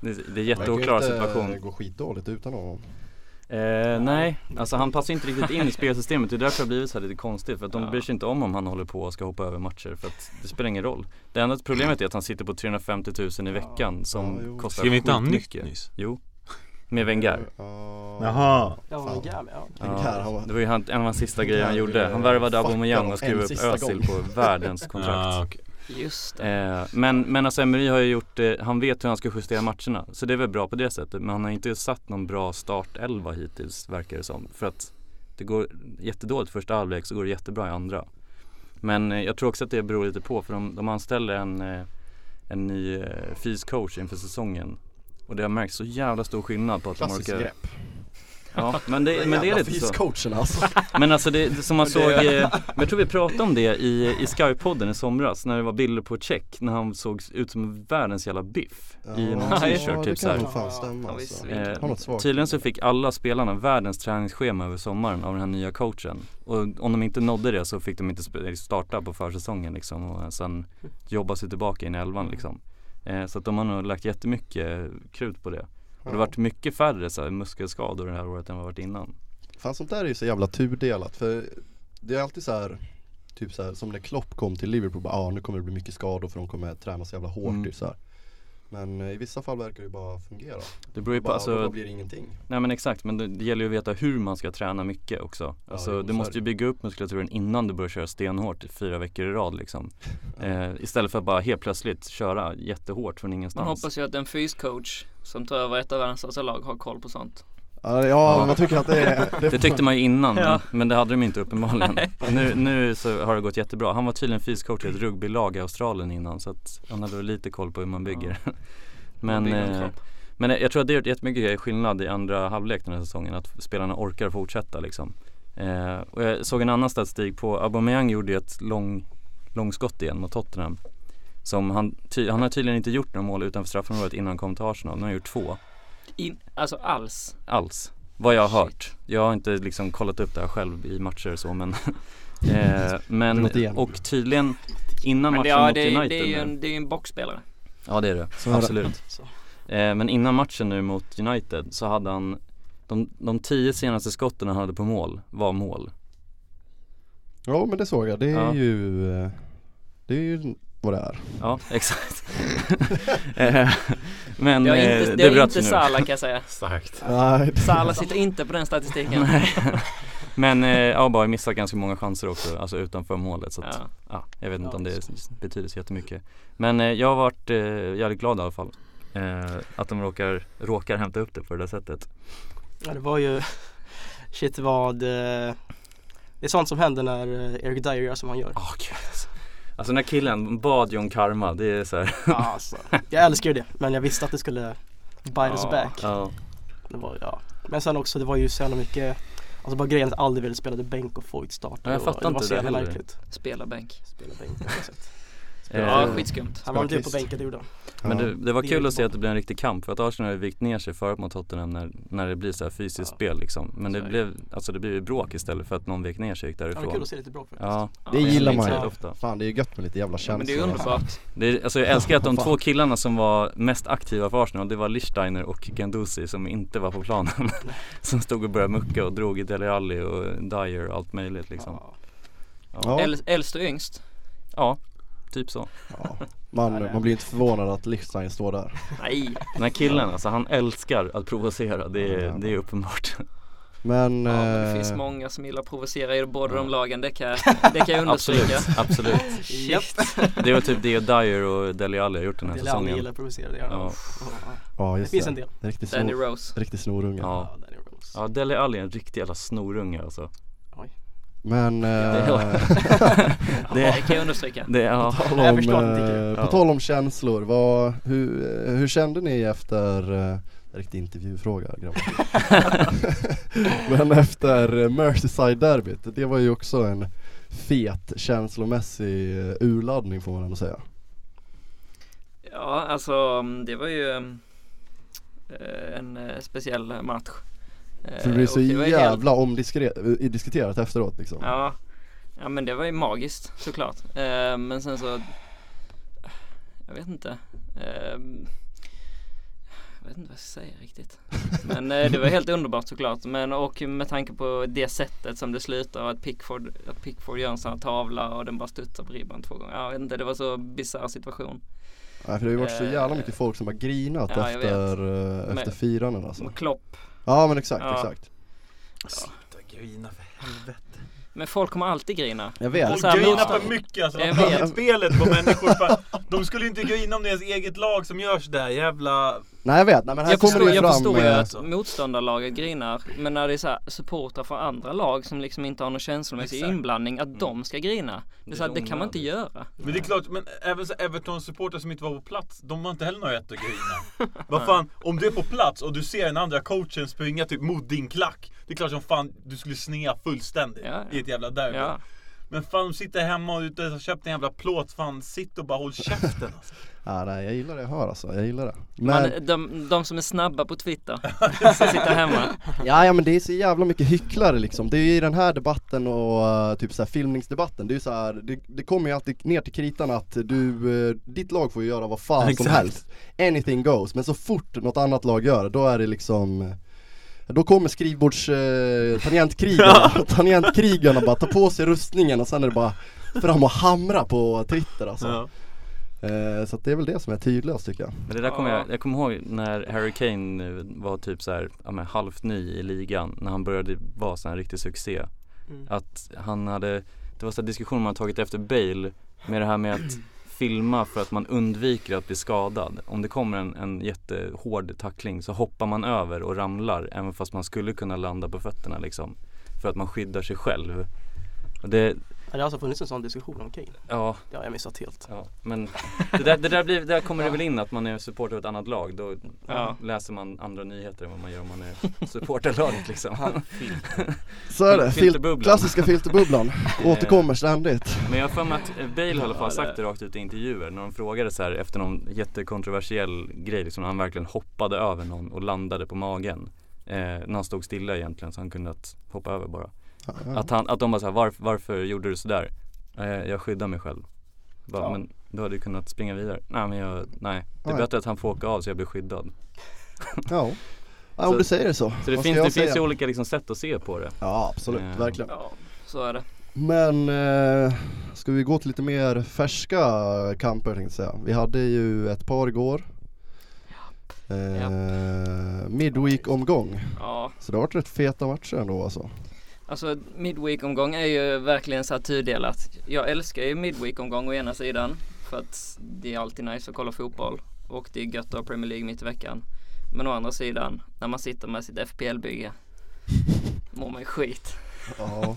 [SPEAKER 4] Det, det är
[SPEAKER 1] Verkar ju
[SPEAKER 4] jätteoklar
[SPEAKER 1] inte
[SPEAKER 4] situation.
[SPEAKER 1] gå skitdåligt utan honom.
[SPEAKER 4] Eh, nej, alltså han passar inte riktigt in i spelsystemet. Det är därför det har blivit så här lite konstigt. För att de bryr sig inte om om han håller på och ska hoppa över matcher. För att det spelar ingen roll. Det enda problemet är att han sitter på 350 000 i veckan som
[SPEAKER 1] Ja, jo.
[SPEAKER 4] kostar
[SPEAKER 6] Skrev inte han nytt
[SPEAKER 4] skitmycket.
[SPEAKER 6] nyss?
[SPEAKER 4] Jo, med Wenger.
[SPEAKER 1] Ja.
[SPEAKER 6] Jaha.
[SPEAKER 1] Fan.
[SPEAKER 5] Ja, men jävlar, ja.
[SPEAKER 1] Wenger, han
[SPEAKER 4] Ja,
[SPEAKER 1] var-
[SPEAKER 4] det var ju han, en av hans sista
[SPEAKER 1] Wenger
[SPEAKER 4] grejer han gjorde.
[SPEAKER 1] ville
[SPEAKER 4] Han värvade
[SPEAKER 1] fucka
[SPEAKER 4] Aubameyang
[SPEAKER 1] dem en
[SPEAKER 4] och skrev upp
[SPEAKER 1] sista
[SPEAKER 4] Özil
[SPEAKER 1] gång.
[SPEAKER 4] på världens kontrakt.
[SPEAKER 6] Ah, okej.
[SPEAKER 3] just det.
[SPEAKER 4] Eh, men, men alltså Emery har ju gjort, eh, han vet hur han ska justera matcherna. Så det är väl bra på det sättet. Men han har inte satt någon bra startelva hittills verkar det som. För att det går jättedåligt första halvlek så går det jättebra i andra. Men eh, jag tror också att det beror lite på för de, de anställer en, eh, en ny eh, fyscoach inför säsongen. Och det har märkt så jävla stor skillnad på att de
[SPEAKER 1] Klassiskt
[SPEAKER 4] orkar.
[SPEAKER 1] grepp.
[SPEAKER 4] Ja, men det, men det är lite så.
[SPEAKER 1] Fyscoachen alltså.
[SPEAKER 4] Men alltså det, det som man såg,
[SPEAKER 1] Det-
[SPEAKER 4] eh, men jag tror vi pratade om det i, i Skype-podden i somras när det var bilder på Check när han såg ut som världens jävla biff i någon
[SPEAKER 1] Ja,
[SPEAKER 4] t-shirt
[SPEAKER 1] det
[SPEAKER 4] typ
[SPEAKER 1] kan
[SPEAKER 4] såhär.
[SPEAKER 1] nog fan stämma
[SPEAKER 3] Ja, visst,
[SPEAKER 1] alltså.
[SPEAKER 3] Eh, visst.
[SPEAKER 4] eh,
[SPEAKER 1] Har något svagt.
[SPEAKER 4] Tydligen så fick alla spelarna världens träningsschema över sommaren av den här nya coachen. Och om de inte nådde det så fick de inte sp- starta på försäsongen liksom och sen jobba sig tillbaka in i elvan liksom. Eh, Så att de har nog lagt jättemycket krut på det. Och det har varit mycket färre så här, muskelskador det här året än vad det varit innan.
[SPEAKER 1] Fan sånt där är ju så jävla tudelat för det är alltid så här Typ så här, som när Klopp kom till Liverpool, bara, ah, nu kommer det bli mycket skador för de kommer träna så jävla hårt.
[SPEAKER 4] Mm.
[SPEAKER 1] Typ så här. Men eh, i vissa fall verkar det bara fungera.
[SPEAKER 4] Det beror ju på,
[SPEAKER 1] Bara, då
[SPEAKER 4] alltså,
[SPEAKER 1] blir det ingenting.
[SPEAKER 4] nej men exakt, men det, det gäller ju att veta hur man ska träna mycket också.
[SPEAKER 1] Ja,
[SPEAKER 4] Alltså
[SPEAKER 1] jo,
[SPEAKER 4] du
[SPEAKER 1] så är
[SPEAKER 4] måste
[SPEAKER 1] det.
[SPEAKER 4] ju bygga upp muskulaturen innan du börjar köra stenhårt i fyra veckor i rad liksom.
[SPEAKER 1] Ja.
[SPEAKER 4] Eh, istället för att bara helt plötsligt köra jättehårt från
[SPEAKER 3] Man
[SPEAKER 4] ingenstans.
[SPEAKER 3] hoppas ju att en fyscoach som tar över ett av världens största lag har koll på sånt.
[SPEAKER 1] Ja,
[SPEAKER 4] Ja.
[SPEAKER 1] man tycker att det är...
[SPEAKER 4] Det tyckte man ju innan,
[SPEAKER 3] Ja.
[SPEAKER 4] men, men det hade de inte uppenbarligen. Nu, nu så har det gått jättebra. Han var tydligen fyscoach i ett rugbylag i Australien innan så att han hade väl lite koll på hur man bygger. Men,
[SPEAKER 3] Bygger en
[SPEAKER 4] eh,
[SPEAKER 3] kropp.
[SPEAKER 4] men jag tror att det är jättemycket skillnad i andra halvlek den här säsongen, att spelarna orkar fortsätta liksom. Eh, och jag såg en annan statistik på, Aubameyang gjorde ju ett lång, långskott igen mot Tottenham. Som han, ty, han har tydligen inte gjort några mål utanför straffområdet innan han kom till Arsenal, nu har han gjort två
[SPEAKER 3] In, alltså alls.
[SPEAKER 4] alls. Vad jag har
[SPEAKER 3] Shit.
[SPEAKER 4] hört. Jag har inte liksom kollat upp det här själv i matcher och så men eh, Men,
[SPEAKER 1] Låt igen.
[SPEAKER 4] och tydligen innan
[SPEAKER 3] Men det,
[SPEAKER 4] matchen
[SPEAKER 3] ja,
[SPEAKER 4] mot
[SPEAKER 3] det, är-
[SPEAKER 4] United
[SPEAKER 3] det är ju
[SPEAKER 4] nu-
[SPEAKER 3] en, det är ju en boxspelare.
[SPEAKER 4] Ja det är det,
[SPEAKER 1] Så är det.
[SPEAKER 4] absolut.
[SPEAKER 5] Så.
[SPEAKER 4] Eh, men innan matchen nu mot United så hade han de, de tio senaste skotten han hade på mål var mål.
[SPEAKER 1] Ja men det såg jag, det är
[SPEAKER 4] Ja.
[SPEAKER 1] ju... eh, Det är ju vad det är.
[SPEAKER 4] Ja, exakt. eh, men
[SPEAKER 3] Det har
[SPEAKER 4] eh,
[SPEAKER 3] inte, det
[SPEAKER 4] det
[SPEAKER 3] har
[SPEAKER 4] bröts
[SPEAKER 3] inte
[SPEAKER 4] ju nu.
[SPEAKER 3] Salah kan jag säga.
[SPEAKER 6] Starkt.
[SPEAKER 1] Nej,
[SPEAKER 3] Salah sitter inte på den statistiken.
[SPEAKER 4] Nej. Men eh, ja, bara missat ganska många chanser också, alltså utanför målet så att
[SPEAKER 3] Ja.
[SPEAKER 4] Ja, jag vet inte
[SPEAKER 5] Ja,
[SPEAKER 4] om det
[SPEAKER 5] precis.
[SPEAKER 4] betyder så jättemycket. Men eh, jag har varit eh, jävligt glad i alla fall. Eh, att de råkar, råkar hämta upp det på det där sättet.
[SPEAKER 5] Ja det var ju Shit vad eh, Det är sånt som händer när eh, Eric Dyer gör som han gör
[SPEAKER 4] Oh, gud, alltså. alltså den här killen bad ju om karma, det är så här.
[SPEAKER 5] alltså, Jag älskar ju det men jag visste att det skulle Bite us
[SPEAKER 3] Ja.
[SPEAKER 5] back
[SPEAKER 4] Ja,
[SPEAKER 5] det var, ja. Men sen också det var ju så jävla mycket Alltså bara grejen att aldrig ville spela bänk och få start
[SPEAKER 4] Ja, jag
[SPEAKER 5] Det var-
[SPEAKER 4] fattar
[SPEAKER 5] det var
[SPEAKER 4] inte
[SPEAKER 5] så
[SPEAKER 4] det
[SPEAKER 5] jävla
[SPEAKER 4] heller.
[SPEAKER 5] märkligt
[SPEAKER 3] Spela bänk.
[SPEAKER 5] Spela bänk på något sätt.
[SPEAKER 3] Ja,
[SPEAKER 4] eh,
[SPEAKER 3] skitskumt.
[SPEAKER 5] Han var inte på
[SPEAKER 1] Spela
[SPEAKER 5] bänken det gjorde han
[SPEAKER 4] men det, det var
[SPEAKER 5] Det är
[SPEAKER 4] kul
[SPEAKER 5] ju
[SPEAKER 4] att se
[SPEAKER 5] bra.
[SPEAKER 4] att det blev en riktig kamp för att Arsenal har ju vikt ner sig förut mot Tottenham när, när det blir så här fysiskt
[SPEAKER 5] Ja.
[SPEAKER 4] spel liksom. Men det
[SPEAKER 3] Så är det.
[SPEAKER 4] blev, alltså det blev ju bråk istället för att någon vek ner sig och gick
[SPEAKER 5] Det var kul
[SPEAKER 4] därifrån.
[SPEAKER 5] att se lite bra faktiskt
[SPEAKER 4] Ja,
[SPEAKER 1] Det
[SPEAKER 4] händer
[SPEAKER 1] gillar man
[SPEAKER 4] inte
[SPEAKER 5] ju.
[SPEAKER 4] så ofta.
[SPEAKER 1] Fan det är ju gött med lite jävla
[SPEAKER 3] Ja, men det
[SPEAKER 1] känslor
[SPEAKER 3] är underbart.
[SPEAKER 4] Det är, alltså jag älskar att de
[SPEAKER 1] Fan.
[SPEAKER 4] två killarna som var mest aktiva för Arsenal, det var Lichsteiner och Ganduzi som inte var på planen. som stod och började mucka och drog i Dele Alli och Dyer och allt möjligt liksom.
[SPEAKER 5] Ja.
[SPEAKER 1] Ja,
[SPEAKER 3] Äl- Äldst och yngst.
[SPEAKER 4] Ja, typ så.
[SPEAKER 1] ja. Man, man blir inte förvånad att Lichtenstein står där
[SPEAKER 3] Nej.
[SPEAKER 4] Den här killen alltså, han älskar att provocera, det är,
[SPEAKER 1] Ja.
[SPEAKER 4] det är uppenbart.
[SPEAKER 1] Men,
[SPEAKER 3] Ja, men det
[SPEAKER 1] eh,
[SPEAKER 3] finns många som gillar att provocera i båda de
[SPEAKER 4] Ja.
[SPEAKER 3] lagen, det kan, det kan jag understryka.
[SPEAKER 4] Absolut, absolut.
[SPEAKER 5] Shit.
[SPEAKER 4] Det var typ det Dyer och Dele Alli har gjort den här
[SPEAKER 5] Det är aldrig
[SPEAKER 4] säsongen.
[SPEAKER 5] gillar att provocera det gör han.
[SPEAKER 4] Ja,
[SPEAKER 5] Ja.
[SPEAKER 1] ja
[SPEAKER 5] Det
[SPEAKER 1] just det,
[SPEAKER 5] finns en del
[SPEAKER 1] Riktig,
[SPEAKER 3] Danny
[SPEAKER 1] snor,
[SPEAKER 3] Rose.
[SPEAKER 1] riktig snorunge
[SPEAKER 4] ja.
[SPEAKER 5] Danny Rose.
[SPEAKER 4] ja Dele Alli är en riktig jävla snorunge alltså.
[SPEAKER 1] Men,
[SPEAKER 4] Ja.
[SPEAKER 1] eh,
[SPEAKER 3] Det kan jag understryka.
[SPEAKER 4] Det, ja.
[SPEAKER 1] på, tal
[SPEAKER 5] Jag
[SPEAKER 1] om,
[SPEAKER 5] förstår att det
[SPEAKER 1] eh,
[SPEAKER 4] Ja.
[SPEAKER 1] på tal om känslor, vad, hur, eh, hur kände ni efter, eh, riktig intervjufråga grabbar Men efter eh, Merseyside-derbyt, det var ju också en fet känslomässig eh, urladdning får man ändå säga
[SPEAKER 3] Ja, alltså mm, det var ju mm, eh, en eh, speciell match. Eh,
[SPEAKER 1] För det blir så
[SPEAKER 3] och var ju helt-
[SPEAKER 1] jävla omdiskuterat efteråt liksom
[SPEAKER 3] Ja. ja, men det var ju magiskt såklart. Eh, men sen så, jag vet inte. Eh, jag vet inte vad jag ska säga riktigt. Men eh, det var helt underbart såklart. Men och med tanke på det sättet som det slutar och att Pickford, att Pickford gör en sån här tavla och den bara studsar på ribban två gånger. Ja, jag vet inte, det var så bisarr situation.
[SPEAKER 1] Nej, för det har ju varit så
[SPEAKER 3] Eh,
[SPEAKER 1] jävla mycket folk som har grinat
[SPEAKER 3] ja, jag
[SPEAKER 1] efter, eh, efter
[SPEAKER 3] Men-
[SPEAKER 1] firanden alltså
[SPEAKER 3] Och Klopp
[SPEAKER 1] Ja men exakt,
[SPEAKER 3] Ja.
[SPEAKER 1] exakt
[SPEAKER 6] Sluta grina för helvete.
[SPEAKER 3] Men folk kommer alltid grina.
[SPEAKER 1] Jag vet
[SPEAKER 6] Folk
[SPEAKER 3] Så här
[SPEAKER 6] grinar
[SPEAKER 3] motstånd.
[SPEAKER 6] för mycket alltså.
[SPEAKER 3] Jag
[SPEAKER 6] De
[SPEAKER 3] vet.
[SPEAKER 6] tar spelet på människor. För, de skulle ju inte grina om deras eget lag som gör sådär jävla...
[SPEAKER 1] Nej jag vet, nej men här
[SPEAKER 3] Jag
[SPEAKER 1] kommer
[SPEAKER 3] förstår,
[SPEAKER 1] det ju
[SPEAKER 3] jag
[SPEAKER 1] fram
[SPEAKER 3] förstår ju
[SPEAKER 1] eh,
[SPEAKER 3] att motståndarlaget grinar, men när det är så här supportrar från andra lag som liksom inte har någon känslomässig
[SPEAKER 6] Exakt.
[SPEAKER 3] inblandning, att de ska grina. Det, är så här, Mm. det kan man inte göra.
[SPEAKER 6] Men det är klart, men även så Everton-supportrar som inte var på plats, de har inte heller någon rätt att grina. Vad fan, om du är på plats och du ser den andra coachen springa typ mot din klack. Det är klart som fan du skulle snea fullständigt
[SPEAKER 3] Ja, ja.
[SPEAKER 6] i ett jävla derby.
[SPEAKER 3] Ja.
[SPEAKER 6] Men fan, de sitter hemma och ute och har köpt en jävla plåt. Fan, sitt och bara håll käften alltså.
[SPEAKER 1] ja, nej jag gillar det jag hör alltså, jag gillar det Men,
[SPEAKER 3] Man, de, de som är snabba på Twitter, som sitter hemma.
[SPEAKER 1] ja, ja men det är så jävla mycket hycklare liksom Det är ju i den här debatten och eh, typ så här filmningsdebatten Det är ju så här, det, det kommer ju alltid ner till kritan att du, eh, ditt lag får ju göra vad fan som
[SPEAKER 6] Exakt.
[SPEAKER 1] helst Anything goes, men så fort något annat lag gör det, då är det liksom Då kommer skrivbords eh, tangentkrigarna, tangentkrigarna bara ta på sig rustningen och sen är det bara fram och hamra på Twitter alltså.
[SPEAKER 6] Ja.
[SPEAKER 1] Eh, så att det är väl det som är tydligast tycker jag.
[SPEAKER 4] Men det där kommer
[SPEAKER 3] Ja.
[SPEAKER 4] jag, jag kommer ihåg när Harry Kane eh, var typ så här, ja, men halvt ny i ligan när han började vara sån här riktig succé.
[SPEAKER 5] Mm.
[SPEAKER 4] Att han hade, det var så här diskussion man har tagit efter Bale med det här med att filma för att man undviker att bli skadad. Om det kommer en, en jättehård tackling så hoppar man över och ramlar även fast man skulle kunna landa på fötterna liksom. För att man skyddar sig själv. Och det,
[SPEAKER 5] Ja, Det har alltså funnits en sån diskussion om Kane.
[SPEAKER 4] ja,
[SPEAKER 5] Det har jag missat helt.
[SPEAKER 4] ja men det där, det där, blir, det där kommer det väl in att man är supporter av ett annat lag. Då
[SPEAKER 3] Ja.
[SPEAKER 4] läser man andra nyheter än vad man gör om man är supporterlaget liksom.
[SPEAKER 1] Så är det, Fil-
[SPEAKER 4] Filterbubblan. Eh.
[SPEAKER 1] klassiska filterbubblan, återkommer ständigt.
[SPEAKER 4] Men jag har för mig att eh, Bale har i alla fall sagt det rakt ut i intervjuer när de frågade så här efter någon jättekontroversiell grej liksom när han verkligen hoppade över någon och landade på magen. Eh, när han stod stilla egentligen så han kunde att hoppa över bara.
[SPEAKER 1] Ja, ja.
[SPEAKER 4] Att, han, att de bara så här, varför, varför gjorde du sådär? Eh, jag skyddar mig själv. Bara,
[SPEAKER 5] Ja.
[SPEAKER 4] Men du hade ju kunnat springa vidare. Nej men jag, nej. Det är
[SPEAKER 1] Nej.
[SPEAKER 4] bättre att han får åka av så jag blir skyddad.
[SPEAKER 1] ja. ja om
[SPEAKER 4] Så-
[SPEAKER 1] du säger det så.
[SPEAKER 4] Så det,
[SPEAKER 1] Vad
[SPEAKER 4] finns,
[SPEAKER 1] ska jag
[SPEAKER 4] det finns
[SPEAKER 1] säga?
[SPEAKER 4] ju Eh. olika liksom, sätt att se på det.
[SPEAKER 1] Ja absolut,
[SPEAKER 4] Ja.
[SPEAKER 1] verkligen.
[SPEAKER 3] Ja, så är det.
[SPEAKER 1] Men eh, ska vi gå till lite mer färska kamper tänkte jag säga. Vi hade ju ett par igår. Eh, Midweek-omgång.
[SPEAKER 3] Ja,
[SPEAKER 1] Så det har varit rätt feta matcher ändå alltså.
[SPEAKER 3] alltså Midweek-omgång är ju verkligen så här tudelat. Jag älskar ju Midweek-omgång å ena sidan för att det är alltid nice att kolla fotboll och det är gött att ha Premier League mitt i veckan. Men å andra sidan, när man sitter med sitt FPL-bygge mår man ju skit.
[SPEAKER 1] Ja,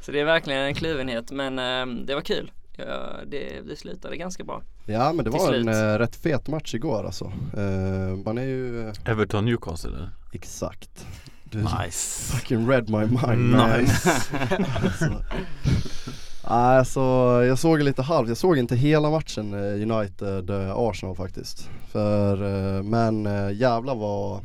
[SPEAKER 3] Så det är verkligen en kluvenhet men eh, det var kul. Ja, det, det slutade ganska bra.
[SPEAKER 1] ja men det
[SPEAKER 3] Till
[SPEAKER 1] var en
[SPEAKER 3] slut.
[SPEAKER 1] eh, rätt fet match igår alltså. Eh, man är ju eh,
[SPEAKER 6] Everton Newcastle eller?
[SPEAKER 1] exakt. Du
[SPEAKER 6] Nice.
[SPEAKER 1] fucking read my mind. man.
[SPEAKER 6] Nice.
[SPEAKER 1] Alltså. Nej, alltså, jag såg lite halvt, jag såg inte hela matchen eh, United-Arsenal faktiskt. För, eh, men eh, jävla vad...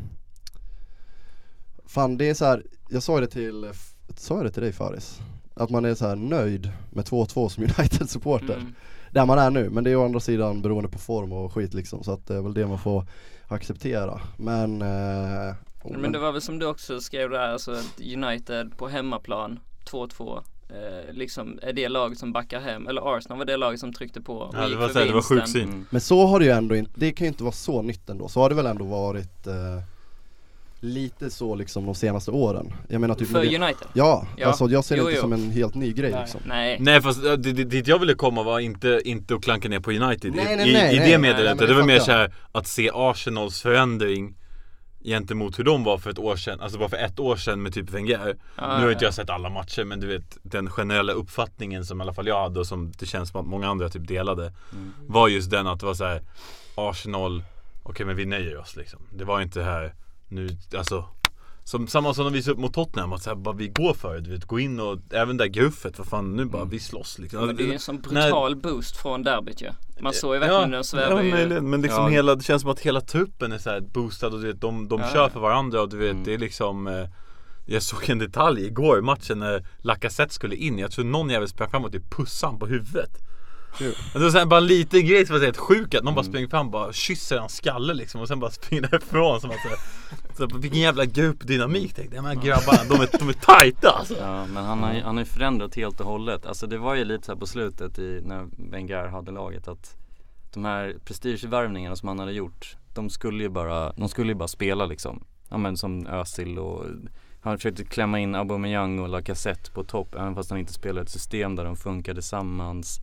[SPEAKER 1] Fan det är så här, jag sa det till, sa jag det till dig Faris? Att man är så här nöjd med 2-2 som United-supporter.
[SPEAKER 3] Mm.
[SPEAKER 1] Där man är nu, men det är å andra sidan beroende på form och skit liksom. Så att det är väl det man får acceptera. Men... Eh, oh,
[SPEAKER 3] Men det var väl som du också skrev där, alltså att United på hemmaplan 2-2. Eh, liksom är det laget som backar hem, eller Arsenal var det laget som tryckte på och
[SPEAKER 6] Ja, det
[SPEAKER 3] gick
[SPEAKER 6] var,
[SPEAKER 3] för
[SPEAKER 6] så här, det var
[SPEAKER 3] vinsten.
[SPEAKER 6] sjuk syn.
[SPEAKER 4] Mm.
[SPEAKER 1] Men så har det ju ändå inte, det kan ju inte vara så nytt ändå. Så har det väl ändå varit eh, lite så liksom de senaste åren. Jag menar typ
[SPEAKER 3] För United?
[SPEAKER 1] ja,
[SPEAKER 3] Ja.
[SPEAKER 1] alltså jag ser det
[SPEAKER 3] Jo,
[SPEAKER 1] inte
[SPEAKER 3] jo.
[SPEAKER 1] som en helt ny grej
[SPEAKER 5] Nej.
[SPEAKER 1] liksom.
[SPEAKER 3] Nej.
[SPEAKER 6] Nej fast äh, det- det- dit jag ville komma var inte, inte att klanka ner på United
[SPEAKER 1] Nej,
[SPEAKER 6] i,
[SPEAKER 1] nej, nej,
[SPEAKER 6] i, i
[SPEAKER 1] nej.
[SPEAKER 6] det
[SPEAKER 1] Nej, nej,
[SPEAKER 6] meddelandet.
[SPEAKER 1] men
[SPEAKER 6] Det var
[SPEAKER 1] det
[SPEAKER 6] mer
[SPEAKER 1] fattar
[SPEAKER 6] såhär att se Arsenals förändring gentemot hur de var för ett år sedan, alltså bara för ett år sedan med typ Wenger. nu har inte jag sett alla matcher men du vet den generella uppfattningen som i alla fall jag hade och som det känns som att många andra typ delade
[SPEAKER 1] Mm.
[SPEAKER 6] var just den att det var så här Arsenal, okej men vi nöjer oss liksom. Det var inte här nu, alltså som, samma som de visade upp mot Tottenham, att så här, bara, vi går för det, du vet, gå in och även det där gruffet, vad fan nu bara, vi slåss liksom.
[SPEAKER 3] Men Mm. det är ju en sån brutal boost från derbyt ju. Man såg ju
[SPEAKER 6] Ja,
[SPEAKER 3] verkligen den svävar
[SPEAKER 6] ja,
[SPEAKER 3] ju.
[SPEAKER 6] möjligen. Men liksom
[SPEAKER 4] Ja.
[SPEAKER 6] hela, det känns som att hela truppen är så här boostad och du vet, de, de
[SPEAKER 3] Ja,
[SPEAKER 6] kör
[SPEAKER 3] ja.
[SPEAKER 6] för varandra och du vet,
[SPEAKER 4] Mm.
[SPEAKER 6] det är liksom eh, jag såg en detalj igår i matchen när Lacazette skulle in. Jag tror någon jävel sprang fram och typ pussade han på huvudet. Alltså,
[SPEAKER 1] Kul.
[SPEAKER 6] Det var så här, bara en liten grej som var så helt sjuk att någon bara springer fram och bara kysser hans skalle liksom och sen bara springer därifrån. Som att, så här, så här, vilken jävla gruppdynamik tänkte jag. De här grabbarna, de är, de är tajta alltså.
[SPEAKER 4] Ja men han har, ju- han har ju förändrat helt och hållet. Alltså det var ju lite så här på slutet i, när Wenger hade laget att de här prestigevärvningarna som han hade gjort, de skulle ju bara, de skulle ju bara spela liksom. Ja men som Özil och han försökte klämma in Aubameyang och Lacazette på topp även fast han inte spelade ett system där de funkade tillsammans.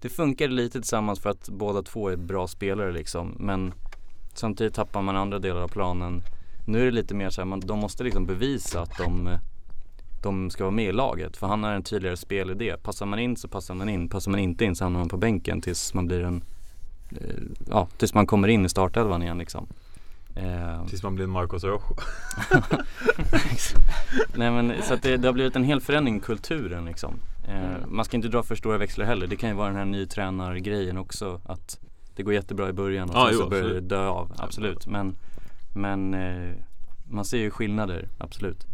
[SPEAKER 4] Det funkade lite tillsammans för att båda två är bra spelare liksom men samtidigt tappar man andra delar av planen. Nu är det lite mer så här, man, de måste liksom bevisa att de eh, de ska vara med i laget. För han har en tydligare spelidé. Passar man in så passar man in. Passar man inte in så hamnar man på bänken tills man blir en, eh, ja tills man kommer in i startelvan igen liksom. Eh,
[SPEAKER 6] Tills man blir en Marcos Rojo.
[SPEAKER 4] nej men så att det, det har blivit en hel förändring i kulturen liksom. Eh,
[SPEAKER 6] Mm.
[SPEAKER 4] man ska inte dra för stora växlar heller. Det kan ju vara den här nytränargrejen också. Att det går jättebra i början och
[SPEAKER 6] Ja,
[SPEAKER 4] sen
[SPEAKER 6] jo,
[SPEAKER 4] så börjar
[SPEAKER 6] absolut.
[SPEAKER 4] det dö av. Absolut. Men, men eh, man ser ju skillnader, absolut.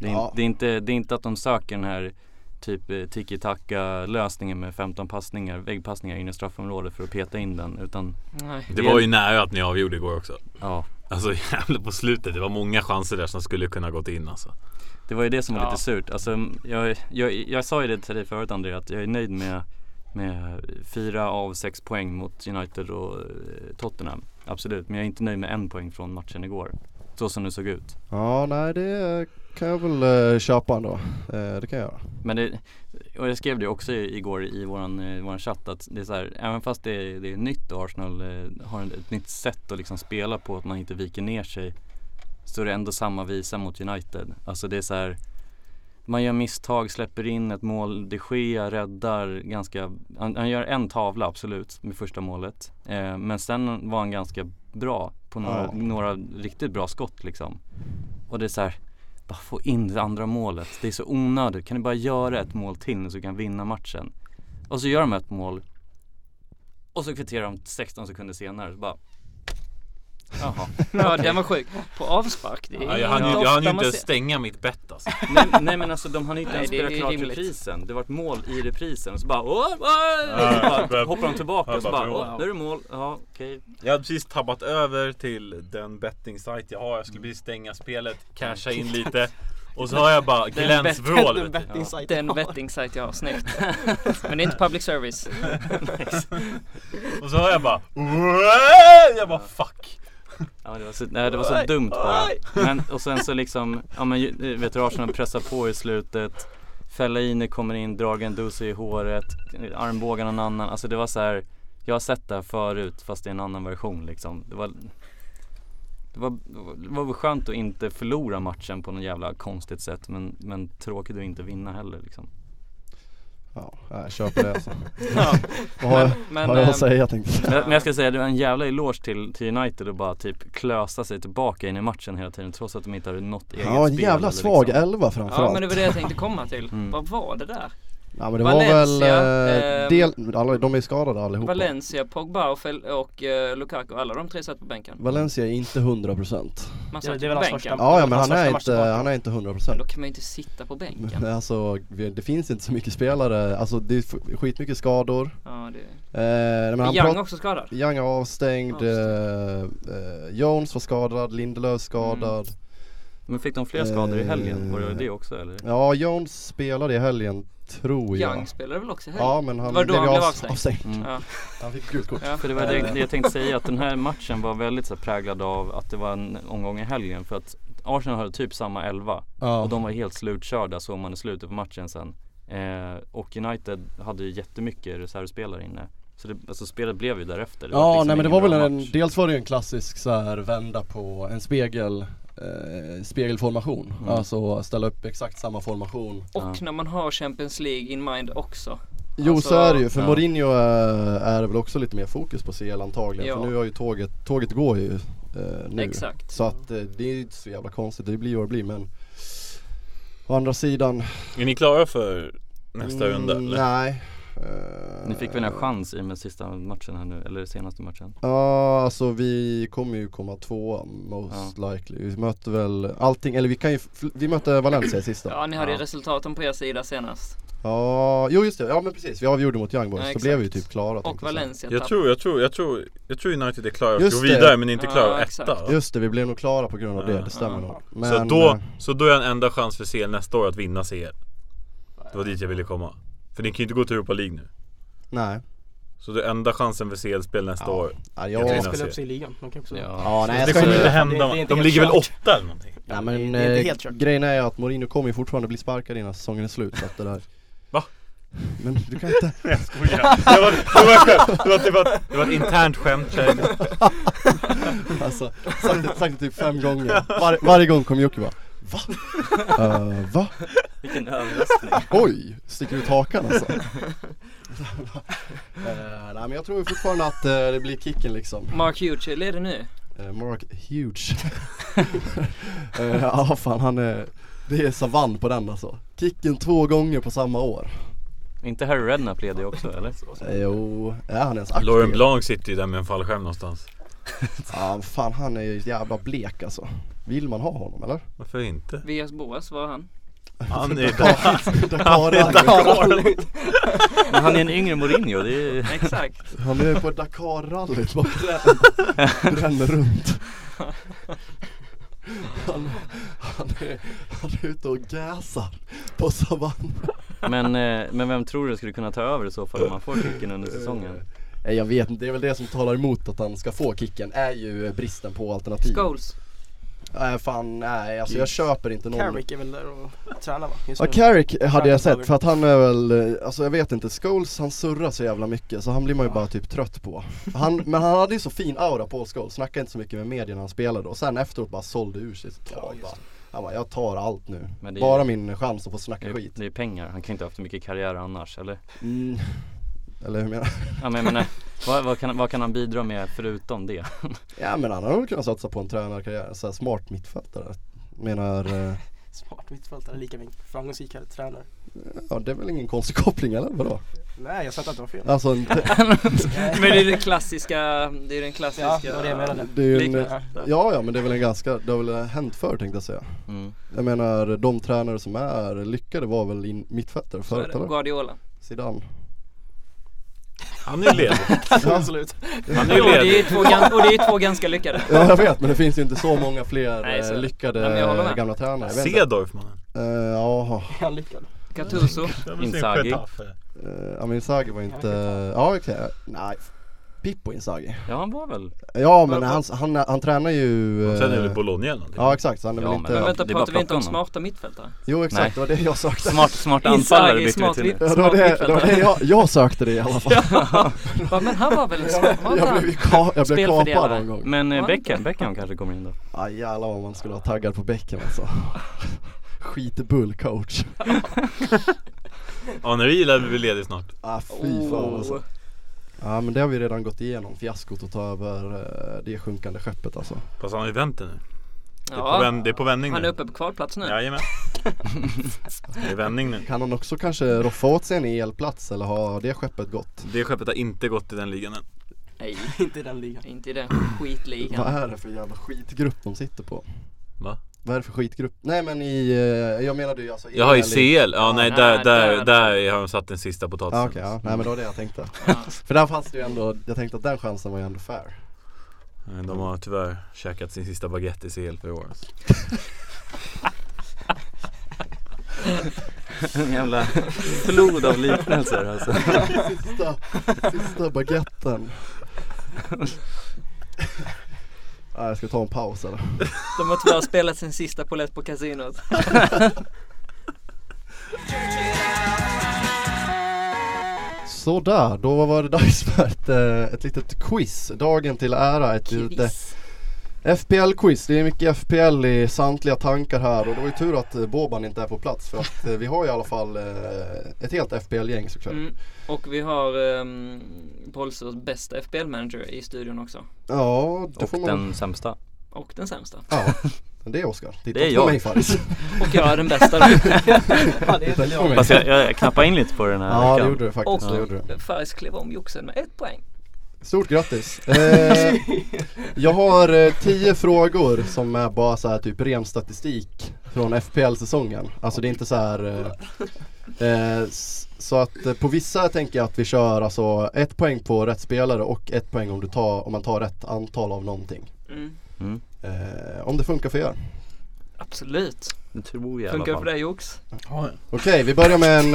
[SPEAKER 4] Det är, in,
[SPEAKER 1] Ja.
[SPEAKER 4] det, är inte, det är inte att de söker den här typ eh, tiki-taka lösningen med 15 passningar, väggpassningar in i straffområdet för att peta in den. Utan
[SPEAKER 3] Nej.
[SPEAKER 6] Det var ju nära att ni avgjorde igår också.
[SPEAKER 4] ja,
[SPEAKER 6] Alltså jävlar på slutet, det var många chanser där som skulle kunna gått in alltså.
[SPEAKER 4] Det var ju det som var
[SPEAKER 3] Ja.
[SPEAKER 4] lite surt. Alltså, jag, jag, jag sa ju det till dig förut André, att jag är nöjd med, med fyra av sex poäng mot United och eh, Tottenham. Absolut, men jag är inte nöjd med en poäng från matchen igår. Så som det såg ut.
[SPEAKER 1] Ja, nej det kan jag väl eh, köpa ändå. Eh, det kan jag göra.
[SPEAKER 4] Men det, och jag skrev det också i- igår i våran, eh, våran chatt att det är så här, även fast det är, det är nytt och Arsenal eh, har ett nytt sätt att liksom spela på, att man inte viker ner sig, så är det ändå samma visa mot United. Alltså det är så här, man gör misstag, släpper in ett mål, de Gea räddar ganska, han, han gör en tavla absolut med första målet, eh, men sen var han ganska bra på några,
[SPEAKER 1] Ja.
[SPEAKER 4] några riktigt bra skott liksom. Och det är så här, bara få in det andra målet. Det är så onödigt. Kan ni bara göra ett mål till nu så vi kan vinna matchen? Och så gör de ett mål. Och så kvitterar de 16 sekunder senare. Så bara... Jaha.
[SPEAKER 3] Ja den var sjuk. På avspark, det är
[SPEAKER 6] Ja, jag
[SPEAKER 3] inte
[SPEAKER 6] hann ju, jag hann
[SPEAKER 3] ofta
[SPEAKER 6] ju inte
[SPEAKER 3] man
[SPEAKER 6] ens
[SPEAKER 3] ser-
[SPEAKER 6] stänga mitt bett alltså.
[SPEAKER 4] nej, nej men alltså de hann inte
[SPEAKER 3] Nej,
[SPEAKER 4] ens
[SPEAKER 3] det
[SPEAKER 4] spela
[SPEAKER 3] är
[SPEAKER 4] klart
[SPEAKER 3] rimligt.
[SPEAKER 4] reprisen. Det vart mål i reprisen. Och så bara... Åh, åh!
[SPEAKER 6] Ja,
[SPEAKER 4] Så bara
[SPEAKER 6] jag-
[SPEAKER 4] hoppar de tillbaka
[SPEAKER 6] jag
[SPEAKER 4] och så
[SPEAKER 6] bara
[SPEAKER 4] bara...
[SPEAKER 6] förlåt.
[SPEAKER 4] Åh, nu är det mål. Ja, okej.
[SPEAKER 6] Jag hade precis tabbat över till den betting site jag har. Jag skulle precis stänga spelet, casha in lite. Och så har jag bara Glens
[SPEAKER 3] bet-
[SPEAKER 6] vrål.
[SPEAKER 5] Den
[SPEAKER 6] vet du.
[SPEAKER 5] betting site.
[SPEAKER 3] Den betting-sajt jag har, snyggt. Men det är inte public service.
[SPEAKER 6] Och så har jag bara "Wah!" Jag bara fuck.
[SPEAKER 4] Ja, det var så, nej, det var så dumt bara. Men, och sen så liksom, ja men ju- vet du, Arsenal pressar på i slutet. Fellaini kommer in, drar en dose i håret, armbågarna en annan. Alltså det var så här, jag har sett det här förut fast i en annan version liksom. Det var, det var, det var väl skönt att inte förlora matchen på något jävla konstigt sätt men, men tråkigt att inte vinna heller liksom.
[SPEAKER 1] Ja, jag köper det alltså.
[SPEAKER 3] Ja.
[SPEAKER 1] Vad har,
[SPEAKER 3] Men- men,
[SPEAKER 1] har jag
[SPEAKER 3] eh,
[SPEAKER 1] att säga tänkte jag.
[SPEAKER 4] Men, men jag ska säga, det var en jävla eloge till, till United att bara typ klösa sig tillbaka in i matchen hela tiden trots att de inte hade något eget
[SPEAKER 1] Ja, en
[SPEAKER 4] spel
[SPEAKER 1] jävla
[SPEAKER 4] eller
[SPEAKER 1] svag
[SPEAKER 4] liksom.
[SPEAKER 1] elva framförallt.
[SPEAKER 3] Ja men det var det jag tänkte komma till.
[SPEAKER 4] Mm.
[SPEAKER 3] Vad var det där?
[SPEAKER 1] Ja men det var
[SPEAKER 3] Valencia,
[SPEAKER 1] väl, eh,
[SPEAKER 3] ehm,
[SPEAKER 1] del, alla, de är skadade allihopa.
[SPEAKER 3] Valencia, Pogba och, Fel- och eh, Lukaku, alla de tre satt på bänken.
[SPEAKER 1] Valencia är inte 100%
[SPEAKER 3] Man
[SPEAKER 5] Det är
[SPEAKER 3] satt
[SPEAKER 5] väl
[SPEAKER 3] på
[SPEAKER 5] hans
[SPEAKER 3] bänken.
[SPEAKER 5] första-
[SPEAKER 1] Ja, ja men
[SPEAKER 5] Hans
[SPEAKER 1] han är,
[SPEAKER 5] första match
[SPEAKER 1] inte,
[SPEAKER 5] tillbaka.
[SPEAKER 1] han är inte
[SPEAKER 3] Men
[SPEAKER 1] 100%
[SPEAKER 3] Då kan man ju inte sitta på bänken.
[SPEAKER 1] Men Alltså vi- det finns inte så mycket spelare, alltså det är f- skitmycket skador
[SPEAKER 3] Ja, det...
[SPEAKER 1] eh, nej, men
[SPEAKER 3] Men
[SPEAKER 1] han
[SPEAKER 3] Young
[SPEAKER 1] prat-
[SPEAKER 3] också skadad.
[SPEAKER 1] Young är avstängd, eh, eh, Jones var skadad, Lindelöf skadad
[SPEAKER 4] Mm. Men fick de fler skador i helgen? Var det det också eller?
[SPEAKER 1] Ja Jones spelade i helgen tror jag
[SPEAKER 3] Young spelade väl också i helgen?
[SPEAKER 1] Ja men han
[SPEAKER 3] Det var då han
[SPEAKER 1] ju
[SPEAKER 3] blev
[SPEAKER 1] av-
[SPEAKER 3] avstängd.
[SPEAKER 4] Mm.
[SPEAKER 3] Ja.
[SPEAKER 1] Han fick gult kort
[SPEAKER 3] Ja. Eh,
[SPEAKER 4] För det var det, det jag tänkte säga att den här matchen var väldigt så här, präglad av att det var en omgång i helgen för att Arsenal hade typ samma elva
[SPEAKER 1] Ja,
[SPEAKER 4] och de var helt slutkörda såg man i slutet på matchen sen. Eh, och United hade ju jättemycket reservspelare inne. Så det, alltså spelet blev ju därefter. Det var
[SPEAKER 1] ja
[SPEAKER 4] liksom
[SPEAKER 1] nej men det
[SPEAKER 4] ingen
[SPEAKER 1] var väl
[SPEAKER 4] bra
[SPEAKER 1] en,
[SPEAKER 4] match.
[SPEAKER 1] dels var det ju en klassisk så här vända på en spegel eh, spegelformation,
[SPEAKER 4] Mm.
[SPEAKER 1] alltså ställa upp exakt samma formation
[SPEAKER 4] Ja.
[SPEAKER 3] Och när man har Champions League in mind också.
[SPEAKER 1] Jo
[SPEAKER 3] Alltså,
[SPEAKER 1] så är det ju, för
[SPEAKER 4] ja.
[SPEAKER 1] Mourinho är, är väl också lite mer fokus på CL antagligen
[SPEAKER 3] Ja.
[SPEAKER 1] för nu har ju tåget, tåget går ju eh, nu
[SPEAKER 3] Exakt.
[SPEAKER 1] Så att eh, det är ju inte så jävla konstigt, det blir vad det blir men Å andra sidan
[SPEAKER 6] Är ni klara för nästa
[SPEAKER 1] mm,
[SPEAKER 6] runda eller?
[SPEAKER 1] Nej Eh,
[SPEAKER 4] Ni fick väl en chans i med sista matchen här nu, eller senaste matchen?
[SPEAKER 1] Ja alltså vi kommer ju komma tvåa most likely Vi möter väl allting, eller vi kan ju, f- vi mötte Valencia i sista Ja,
[SPEAKER 3] Ja, ni hade ju
[SPEAKER 4] Ja.
[SPEAKER 3] resultaten på er sida senast.
[SPEAKER 1] jo just det, ja men precis, vi avgjorde mot Young Boys,
[SPEAKER 3] Ja,
[SPEAKER 1] så
[SPEAKER 3] exakt.
[SPEAKER 1] blev vi ju typ klara
[SPEAKER 3] Och
[SPEAKER 1] tänkte jag säga.
[SPEAKER 3] Valencia
[SPEAKER 6] Jag
[SPEAKER 3] tapp-
[SPEAKER 6] tror, jag tror, jag tror, jag tror United är klara att
[SPEAKER 1] Just
[SPEAKER 6] gå
[SPEAKER 1] det.
[SPEAKER 6] vidare men inte klara
[SPEAKER 3] Ja,
[SPEAKER 6] att
[SPEAKER 3] exakt.
[SPEAKER 6] etta. va?
[SPEAKER 1] Just det, vi blev nog klara på grund av det,
[SPEAKER 6] Ja.
[SPEAKER 1] det stämmer
[SPEAKER 3] Ja.
[SPEAKER 1] nog
[SPEAKER 6] Så
[SPEAKER 1] Men, eh,
[SPEAKER 6] då, så då är en enda chans för CL nästa år att vinna CL. Det var dit jag ville komma. För ni kan ju inte gå till Europa League nu.
[SPEAKER 1] nej
[SPEAKER 6] Så det är enda chansen för CL-spel nästa
[SPEAKER 1] Ja.
[SPEAKER 6] år.
[SPEAKER 1] Ja,
[SPEAKER 6] Jag
[SPEAKER 1] jag...
[SPEAKER 6] tror
[SPEAKER 5] De
[SPEAKER 6] inte-
[SPEAKER 1] Ja,
[SPEAKER 6] Vinna
[SPEAKER 5] spelar upp
[SPEAKER 6] serien.
[SPEAKER 5] sig i ligan. De kan också...
[SPEAKER 1] nej
[SPEAKER 6] Det
[SPEAKER 1] jag
[SPEAKER 6] kommer inte
[SPEAKER 1] ska
[SPEAKER 6] hända.
[SPEAKER 5] det är inte
[SPEAKER 6] De
[SPEAKER 5] helt
[SPEAKER 6] ligger väl
[SPEAKER 5] kört.
[SPEAKER 6] åtta eller någonting?
[SPEAKER 1] Ja, men
[SPEAKER 5] Det är inte
[SPEAKER 1] eh,
[SPEAKER 5] helt kört.
[SPEAKER 1] grejen är ju att Mourinho kommer ju fortfarande bli sparkad innan säsongen är slut så att det där
[SPEAKER 6] Va?
[SPEAKER 1] Men du kan inte
[SPEAKER 6] Skoja. Det var, det var, skämt. det var, det var, det var ett internt skämt.
[SPEAKER 1] alltså, sagt det, sagt det typ fem gånger Var, Varje gång kommer Jocke bara Va? Eh, va?
[SPEAKER 4] Vilken överraskning.
[SPEAKER 1] Oj! Sticker ut hakan alltså Eh, Nej men jag tror fortfarande att eh, det blir kicken liksom
[SPEAKER 3] Mark Hughes leder nu.
[SPEAKER 1] Eh, Mark Huge Eh, Ja fan han är Det är savann på den alltså Kicken två gånger på samma år
[SPEAKER 4] inte Harry Redknapp ledig också eller?
[SPEAKER 1] Eh, Jo, är han ens aktiv?
[SPEAKER 6] Lauren Blanc sitter ju där med en fallskärm någonstans.
[SPEAKER 1] Ja fan han är ju jävla blek alltså Vill man ha honom eller?
[SPEAKER 6] Varför inte?
[SPEAKER 3] Vias Boas var han.
[SPEAKER 6] Han är där.
[SPEAKER 1] Dakar,
[SPEAKER 4] Men han är en yngre Mourinho, det är
[SPEAKER 3] Exakt.
[SPEAKER 1] han är på Dakar-rallyt bara bränner runt Han, han, är, han är ute och gasar på savannen.
[SPEAKER 4] Men, eh, men vem tror du skulle kunna ta över i så fall om han får kicken under säsongen?
[SPEAKER 1] Nej, Eh, Jag vet inte, det är väl det som talar emot att han ska få kicken, är ju eh, bristen på alternativ.
[SPEAKER 3] Scholes.
[SPEAKER 1] Nej fan nej, alltså jag köper inte någon
[SPEAKER 5] Carrick är väl där och tränar va? Just
[SPEAKER 1] Ja
[SPEAKER 5] nu.
[SPEAKER 1] Carrick hade jag
[SPEAKER 5] Carrick
[SPEAKER 1] sett
[SPEAKER 5] över.
[SPEAKER 1] för att han är väl, eh, alltså jag vet inte, Scholes han surrar så jävla mycket så han blir man ju bara typ trött på han, Men han hade ju så fin aura på Scholes, snackade inte så mycket med media när han spelade och sen efteråt bara sålde ur sig totalt bara. Han bara, jag tar allt nu,
[SPEAKER 4] Men det är-
[SPEAKER 1] bara min chans att få
[SPEAKER 4] Det
[SPEAKER 1] snacka
[SPEAKER 4] är,
[SPEAKER 1] skit
[SPEAKER 4] det är pengar, han kan inte ha haft mycket karriär annars eller?
[SPEAKER 1] mm. Eller hur menar du?
[SPEAKER 4] Ja, men jag menar, vad, vad, kan, vad kan han bidra med förutom det?
[SPEAKER 1] Ja men han hade väl kunnat satsa på en tränarkarriär, såhär smart mittfältare Menar, eh,
[SPEAKER 5] Smart mittfältare, lika med framgångsrik här, tränare.
[SPEAKER 1] ja det är väl ingen konstig koppling eller vadå?
[SPEAKER 5] Nej jag sa inte att det var fel.
[SPEAKER 1] Alltså en te-
[SPEAKER 3] Men det är den klassiska, det är den klassiska
[SPEAKER 5] Ja, det var det jag menade.
[SPEAKER 1] det är ju en,
[SPEAKER 3] Liknande.
[SPEAKER 1] ja ja men det är väl en ganska, det har väl hänt förr tänkte jag säga
[SPEAKER 4] Mm.
[SPEAKER 1] Jag menar de tränare som är lyckade var väl in mittfältare
[SPEAKER 3] Så är
[SPEAKER 1] förut
[SPEAKER 3] det.
[SPEAKER 1] eller?
[SPEAKER 3] Guardiola.
[SPEAKER 1] Zidane
[SPEAKER 6] Han är ledig.
[SPEAKER 5] Absolut.
[SPEAKER 6] Han
[SPEAKER 3] Jo, det är två, gan- och det är två ganska lyckade.
[SPEAKER 1] Ja jag vet men det finns ju inte så många fler
[SPEAKER 3] Nej, så-
[SPEAKER 1] eh, lyckade
[SPEAKER 3] Nej, men jag håller med.
[SPEAKER 1] gamla tränare Jag vet inte.
[SPEAKER 6] Cedorf mannen.
[SPEAKER 1] Eh, Ja,
[SPEAKER 5] Är han lyckad?
[SPEAKER 3] Gattuso.
[SPEAKER 6] Jag vill se en
[SPEAKER 4] Inzaghi.
[SPEAKER 6] Getafe.
[SPEAKER 1] eh, ja men Inzaghi var inte, ja okej, nej Pippo Inzaghi
[SPEAKER 4] Ja han var väl?
[SPEAKER 1] Ja men han, han, han tränar ju eh,
[SPEAKER 6] Sen är det Bologna eller någonting.
[SPEAKER 1] Ja exakt, så han är
[SPEAKER 4] Ja,
[SPEAKER 1] väl
[SPEAKER 4] men
[SPEAKER 1] inte
[SPEAKER 3] Men
[SPEAKER 4] Ja,
[SPEAKER 3] vänta,
[SPEAKER 4] det är bara
[SPEAKER 3] pratar vi inte om
[SPEAKER 4] plocka honom.
[SPEAKER 3] smarta mittfältare?
[SPEAKER 1] Jo exakt,
[SPEAKER 4] Nej.
[SPEAKER 1] det var det jag sökte
[SPEAKER 4] Smart, smart anfallare
[SPEAKER 3] Inzaghi,
[SPEAKER 4] bytte vi
[SPEAKER 3] smart
[SPEAKER 4] till.
[SPEAKER 1] Ja, det var
[SPEAKER 3] smart
[SPEAKER 1] det, det, var det
[SPEAKER 3] mittfältare.
[SPEAKER 1] jag, jag sökte det i alla fall
[SPEAKER 3] Va, Men han var väl smart? Var inte
[SPEAKER 1] Jag blev,
[SPEAKER 3] han?
[SPEAKER 1] ju ka- jag blev kapad
[SPEAKER 3] Spelfördelare.
[SPEAKER 1] någon gång
[SPEAKER 4] Men eh,
[SPEAKER 3] Ja.
[SPEAKER 4] Beckham, Beckham kanske kommer in då?
[SPEAKER 1] Ja jävlar vad man skulle vara taggad på bäcken alltså Skitbull coach
[SPEAKER 6] Ja, när vi gillar vi ledig snart.
[SPEAKER 1] Ah fy
[SPEAKER 6] Oh.
[SPEAKER 3] Oh.
[SPEAKER 1] fan alltså. Ja men det har vi redan gått igenom, fiaskot att ta över eh, det sjunkande skeppet alltså.
[SPEAKER 6] Fast han har ju vänt det nu. Det är, på,
[SPEAKER 3] Ja,
[SPEAKER 6] vänd, det är på vändning
[SPEAKER 3] han är
[SPEAKER 6] nu.
[SPEAKER 3] uppe på kvalplats nu.
[SPEAKER 6] Jajamän. det är vändning nu.
[SPEAKER 1] Kan han också kanske roffa åt sig en elplats eller har det skeppet gått?
[SPEAKER 6] Det skeppet har inte gått i den ligan än.
[SPEAKER 3] Nej,
[SPEAKER 5] Inte i den ligan.
[SPEAKER 3] inte i den skitligan.
[SPEAKER 1] Vad är det för jävla skitgrupp de sitter på?
[SPEAKER 6] Va?
[SPEAKER 1] Vad är det för skitgrupp? Nej men i, eh, jag menade ju alltså
[SPEAKER 6] Jag har ju
[SPEAKER 1] EL
[SPEAKER 6] CL. Ja,
[SPEAKER 3] nej,
[SPEAKER 6] nej, där, där,
[SPEAKER 3] där-
[SPEAKER 6] där har de satt den sista potatisen.
[SPEAKER 1] Ja Ah, okej, ja. nej men det var det jag tänkte.
[SPEAKER 3] Ja.
[SPEAKER 1] för där fanns det ju ändå, jag tänkte att den chansen var ju ändå fair.
[SPEAKER 6] Men Eh, De har tyvärr käkat sin sista baguette i CL för i år. alltså.
[SPEAKER 4] En jävla flod av liknelser alltså.
[SPEAKER 1] Sista, sista baguetten. Ja, jag ska ta en paus eller?
[SPEAKER 3] De har tyvärr spelat sin sista polett på kasinot.
[SPEAKER 1] Sådär, då var det dags för ett, eh, ett litet quiz. Dagen till ära, ett litet
[SPEAKER 3] Kivis.
[SPEAKER 1] FPL-quiz. Det är mycket FPL i samtliga tankar här och det var ju tur att eh, Boban inte är på plats för att eh, vi har i alla fall eh, ett helt FPL-gäng såklart.
[SPEAKER 3] Mm. Och vi har um, Polsters bästa FBL-manager i studion också.
[SPEAKER 1] Ja, då
[SPEAKER 4] Och
[SPEAKER 1] får man...
[SPEAKER 4] den sämsta.
[SPEAKER 3] Och den sämsta.
[SPEAKER 1] Ja, det är Oskar. Titta
[SPEAKER 4] Det är
[SPEAKER 1] inte på
[SPEAKER 4] jag.
[SPEAKER 1] mig Faris.
[SPEAKER 3] Och jag är den bästa då.
[SPEAKER 5] Ja, det
[SPEAKER 1] Titta
[SPEAKER 5] är inte
[SPEAKER 1] inte på
[SPEAKER 5] jag.
[SPEAKER 1] mig.
[SPEAKER 4] Fast jag, jag knappade in lite på den här
[SPEAKER 1] Ja, det
[SPEAKER 4] veckan.
[SPEAKER 1] gjorde du
[SPEAKER 3] Och
[SPEAKER 1] faktiskt. Det gjorde du.
[SPEAKER 3] Faris klev om joxen med ett poäng.
[SPEAKER 1] Stort grattis. Eh, jag har eh, tio frågor som är bara så här typ ren statistik från FPL-säsongen. Alltså det är inte så här eh, eh, s- så att eh, på vissa tänker jag att vi kör alltså ett poäng på rätt spelare och ett poäng om, du tar, om man tar rätt antal av någonting.
[SPEAKER 3] Mm.
[SPEAKER 4] Mm.
[SPEAKER 1] Eh, om det funkar för er.
[SPEAKER 3] Absolut.
[SPEAKER 4] Det tror jag i alla
[SPEAKER 3] Funkar det för
[SPEAKER 4] fall.
[SPEAKER 3] dig jox?
[SPEAKER 1] Okej, vi börjar med en...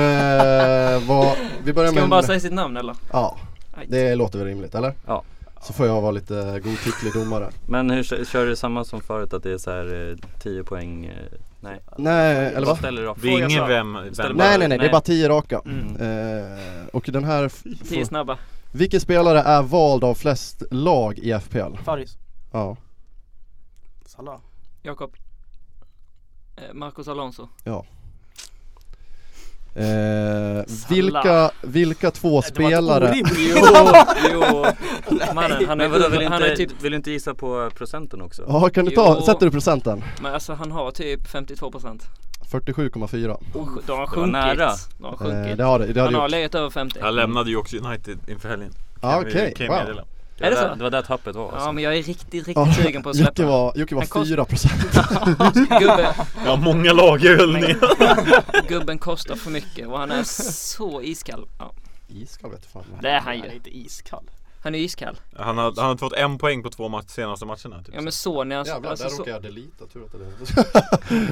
[SPEAKER 1] Eh, vad, vi börjar
[SPEAKER 3] Ska
[SPEAKER 1] med
[SPEAKER 3] man bara
[SPEAKER 1] en,
[SPEAKER 3] säga sitt namn eller?
[SPEAKER 1] Ja,
[SPEAKER 3] Aj.
[SPEAKER 1] det låter väl rimligt eller?
[SPEAKER 4] Ja.
[SPEAKER 1] Så får jag vara lite godtycklig domare.
[SPEAKER 4] Men hur kör, kör du samma som förut att det är så här eh, 10 poäng? eh, Nej.
[SPEAKER 1] Nej, eller
[SPEAKER 4] Bara
[SPEAKER 1] vad?
[SPEAKER 4] ställer rakt.
[SPEAKER 6] Det är
[SPEAKER 4] Fråga
[SPEAKER 6] ingen
[SPEAKER 4] bara.
[SPEAKER 6] vem, vem
[SPEAKER 4] Ställ
[SPEAKER 1] Nej nej nej, det är
[SPEAKER 4] Nej.
[SPEAKER 1] bara tio raka.
[SPEAKER 4] Mm.
[SPEAKER 1] Eh, och den här... f-
[SPEAKER 3] Tio
[SPEAKER 1] får-
[SPEAKER 3] snabba.
[SPEAKER 1] Vilken spelare är vald av flest lag i FPL?
[SPEAKER 5] Faris.
[SPEAKER 1] Ja,
[SPEAKER 5] Salah.
[SPEAKER 3] Jakob. Eh, Marcos Alonso.
[SPEAKER 1] ja. Eh,
[SPEAKER 3] Salah.
[SPEAKER 1] vilka, vilka två spelare...
[SPEAKER 5] orimligt.
[SPEAKER 3] Jo, jo. Mannen, han
[SPEAKER 4] Men
[SPEAKER 3] är,
[SPEAKER 4] vadå, vill,
[SPEAKER 3] han är
[SPEAKER 4] inte,
[SPEAKER 3] typ,
[SPEAKER 4] vill du inte gissa på procenten också?
[SPEAKER 1] Ja, kan du ta,
[SPEAKER 3] Jo.
[SPEAKER 1] sätter du procenten?
[SPEAKER 3] men alltså han har typ 52 procent.
[SPEAKER 1] 47,4
[SPEAKER 3] De har
[SPEAKER 4] var
[SPEAKER 3] sjunkit.
[SPEAKER 4] nära.
[SPEAKER 3] De har
[SPEAKER 1] eh,
[SPEAKER 3] sjunkit.
[SPEAKER 1] Det har det, det har
[SPEAKER 3] han
[SPEAKER 1] det
[SPEAKER 3] har
[SPEAKER 1] gjort.
[SPEAKER 3] legat över 50.
[SPEAKER 6] Han lämnade ju också United inför helgen.
[SPEAKER 1] Ja,
[SPEAKER 6] Kan vi-
[SPEAKER 1] Ah, okej,
[SPEAKER 6] kan vi
[SPEAKER 1] wow.
[SPEAKER 6] meddela.
[SPEAKER 4] Det var
[SPEAKER 3] Är det
[SPEAKER 4] där-
[SPEAKER 3] så?
[SPEAKER 4] Det var där tappet var
[SPEAKER 3] Ja
[SPEAKER 4] alltså.
[SPEAKER 3] men jag är riktigt,
[SPEAKER 1] Ja,
[SPEAKER 3] riktigt sugen på att släppa
[SPEAKER 1] Jocke var, Jocke var
[SPEAKER 3] Han kost-
[SPEAKER 1] 4 procent.
[SPEAKER 3] Gubben,
[SPEAKER 6] Ja, många lag i höll ner.
[SPEAKER 3] gubben kostar för mycket och han är så iskall. Ja,
[SPEAKER 1] Iskall vet du fan.
[SPEAKER 3] det är han
[SPEAKER 5] Han är
[SPEAKER 3] ju.
[SPEAKER 5] inte iskall.
[SPEAKER 3] Han är ju iskall.
[SPEAKER 6] Han har, han har fått en poäng på två match, senaste matcherna typ.
[SPEAKER 3] Ja men Sony, alltså,
[SPEAKER 1] Jävlar,
[SPEAKER 3] alltså,
[SPEAKER 1] där
[SPEAKER 3] so
[SPEAKER 1] råkade jag delita, tur att jag delita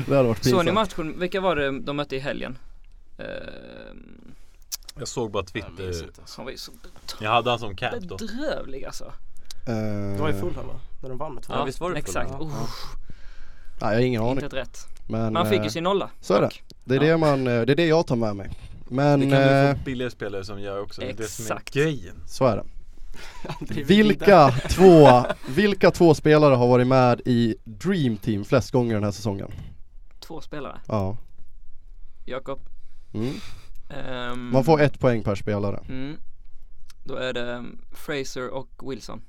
[SPEAKER 1] Det hade varit
[SPEAKER 3] Sony
[SPEAKER 1] pinsamt
[SPEAKER 3] matchen, vilka var det de mötte i helgen? Ehm,
[SPEAKER 6] Jag såg bara
[SPEAKER 5] Jag minns
[SPEAKER 1] Eh,
[SPEAKER 6] Twitter
[SPEAKER 5] inte.
[SPEAKER 3] han var ju så
[SPEAKER 6] Jag hade han som cap då
[SPEAKER 3] bedrövlig alltså.
[SPEAKER 5] Det var ju Fulham va? När de vann med 2
[SPEAKER 4] Ja, visst var det
[SPEAKER 3] Exakt,
[SPEAKER 4] Fulham?
[SPEAKER 3] oh,
[SPEAKER 1] Nej jag har ingen aning
[SPEAKER 3] inte ett rätt.
[SPEAKER 1] men
[SPEAKER 3] Man fick
[SPEAKER 1] eh,
[SPEAKER 3] ju sin nolla.
[SPEAKER 1] Så är det, det är det man, eh, det är det jag tar med mig Men
[SPEAKER 6] Det kan
[SPEAKER 1] eh,
[SPEAKER 6] du få billigare spelare som gör också, det är det som är
[SPEAKER 3] Exakt.
[SPEAKER 6] grejen
[SPEAKER 1] så är det Vilka två, vilka två spelare har varit med i Dream Team flest gånger den här säsongen?
[SPEAKER 3] Två spelare.
[SPEAKER 1] Ja,
[SPEAKER 3] Jakob.
[SPEAKER 1] mm.
[SPEAKER 3] ehm,
[SPEAKER 1] man får ett poäng per spelare
[SPEAKER 3] Mm. Då är det um, Fraser och Wilson.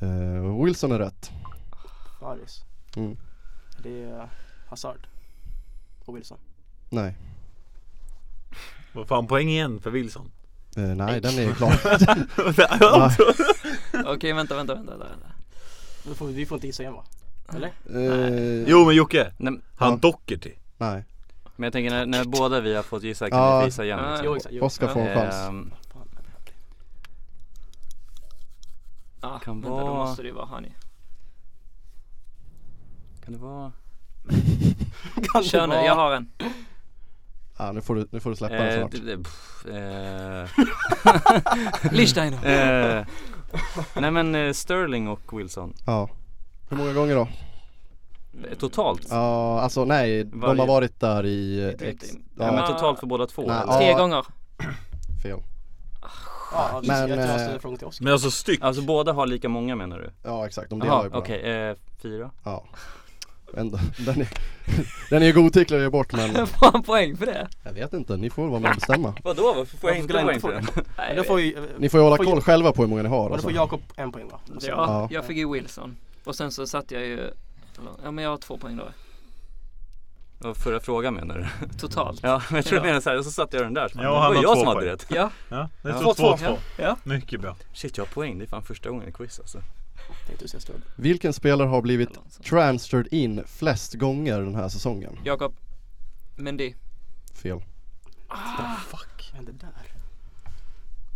[SPEAKER 1] eh, Wilson är rätt
[SPEAKER 5] Faris.
[SPEAKER 1] Mm.
[SPEAKER 5] Det är Hazard. Och Wilson.
[SPEAKER 1] Nej,
[SPEAKER 6] Vad fan, poäng igen för Wilson
[SPEAKER 1] eh, nej den är ju klar
[SPEAKER 3] Okej vänta, vänta, vänta, vänta, vänta.
[SPEAKER 5] Då får vi, vi får inte gissa igen va? Eller?
[SPEAKER 1] eh,
[SPEAKER 6] Jo men Jocke,
[SPEAKER 4] Nej, men-
[SPEAKER 6] han
[SPEAKER 1] Ja.
[SPEAKER 6] Doherty
[SPEAKER 1] Nej,
[SPEAKER 4] men jag tänker när, när båda vi har fått gissa
[SPEAKER 1] Ja.
[SPEAKER 4] kan vi visa igen. liksom?
[SPEAKER 3] Ja.
[SPEAKER 5] Jo exakt. Jo.
[SPEAKER 1] Oskar får en chans
[SPEAKER 4] Ehm,
[SPEAKER 5] Fan.
[SPEAKER 3] Ah,
[SPEAKER 4] Kan
[SPEAKER 3] vänta då
[SPEAKER 4] vara-
[SPEAKER 3] måste det ju vara han ju.
[SPEAKER 4] kan det vara?
[SPEAKER 5] Kan det
[SPEAKER 3] Kör nu,
[SPEAKER 5] vara-
[SPEAKER 3] jag har en.
[SPEAKER 1] ah, nu, får du, nu får du släppa den
[SPEAKER 4] Eh,
[SPEAKER 1] snart
[SPEAKER 4] det- det- pff, eh,
[SPEAKER 3] Lichsteiner.
[SPEAKER 4] eh, Nej men eh, Sterling och Wilson.
[SPEAKER 1] Ja Hur många gånger då?
[SPEAKER 4] Eh, Totalt?
[SPEAKER 1] Ja, alltså nej, de
[SPEAKER 4] Varje-
[SPEAKER 1] har varit där i eh,
[SPEAKER 3] Dream
[SPEAKER 1] ex,
[SPEAKER 3] Team.
[SPEAKER 1] ja,
[SPEAKER 4] Ja, men
[SPEAKER 3] Ah.
[SPEAKER 4] totalt för båda två?
[SPEAKER 1] Nej,
[SPEAKER 4] eller?
[SPEAKER 1] ja.
[SPEAKER 3] Tre gånger.
[SPEAKER 1] fel
[SPEAKER 5] Ja,
[SPEAKER 1] Men,
[SPEAKER 5] men, jag
[SPEAKER 1] eh,
[SPEAKER 5] tror jag ställer frågan till Oskar.
[SPEAKER 6] Men alltså styck
[SPEAKER 4] Alltså båda har lika många menar du?
[SPEAKER 1] Ja exakt, de delar
[SPEAKER 4] Jaha,
[SPEAKER 1] ju på
[SPEAKER 4] okej,
[SPEAKER 1] den.
[SPEAKER 4] eh, fyra?
[SPEAKER 1] Ja Ändå, den är, den är ju godtycklig att ge bort men
[SPEAKER 3] Får han poäng för det?
[SPEAKER 1] jag vet inte, ni får väl vara med och bestämma
[SPEAKER 4] Vadå, varför får
[SPEAKER 5] jag inte poäng för
[SPEAKER 3] Nej,
[SPEAKER 5] Men då får ju, eh,
[SPEAKER 1] Ni får ju hålla
[SPEAKER 5] Får
[SPEAKER 1] koll själva på hur många ni har
[SPEAKER 5] och då
[SPEAKER 1] alltså.
[SPEAKER 5] får Jakob en poäng va? Och sen-
[SPEAKER 1] Ja.
[SPEAKER 3] ja, jag fick ju Wilson. Och sen så satte jag ju, ja men jag har två poäng då.
[SPEAKER 4] Vad Förra frågan menar du?
[SPEAKER 3] Totalt.
[SPEAKER 4] Ja, men jag tror du
[SPEAKER 3] Ja.
[SPEAKER 4] menade såhär, och så satte jag den där så bara,
[SPEAKER 6] Ja,
[SPEAKER 4] det
[SPEAKER 6] han
[SPEAKER 4] var
[SPEAKER 6] har
[SPEAKER 4] jag
[SPEAKER 6] två
[SPEAKER 4] som hade
[SPEAKER 6] poäng.
[SPEAKER 4] rätt
[SPEAKER 3] Ja,
[SPEAKER 6] Ja, det
[SPEAKER 4] Ja.
[SPEAKER 6] står
[SPEAKER 5] Två,
[SPEAKER 6] 2-2
[SPEAKER 5] två.
[SPEAKER 3] ja.
[SPEAKER 6] Mycket bra
[SPEAKER 4] Shit jag har poäng, det är fan första gången i quiz alltså
[SPEAKER 5] Tänkte du säga stöd.
[SPEAKER 1] Vilken spelare har blivit transferred in flest gånger den här säsongen?
[SPEAKER 3] Jakob. Mendy.
[SPEAKER 1] Fel
[SPEAKER 6] Fuck,
[SPEAKER 5] Vad hände där?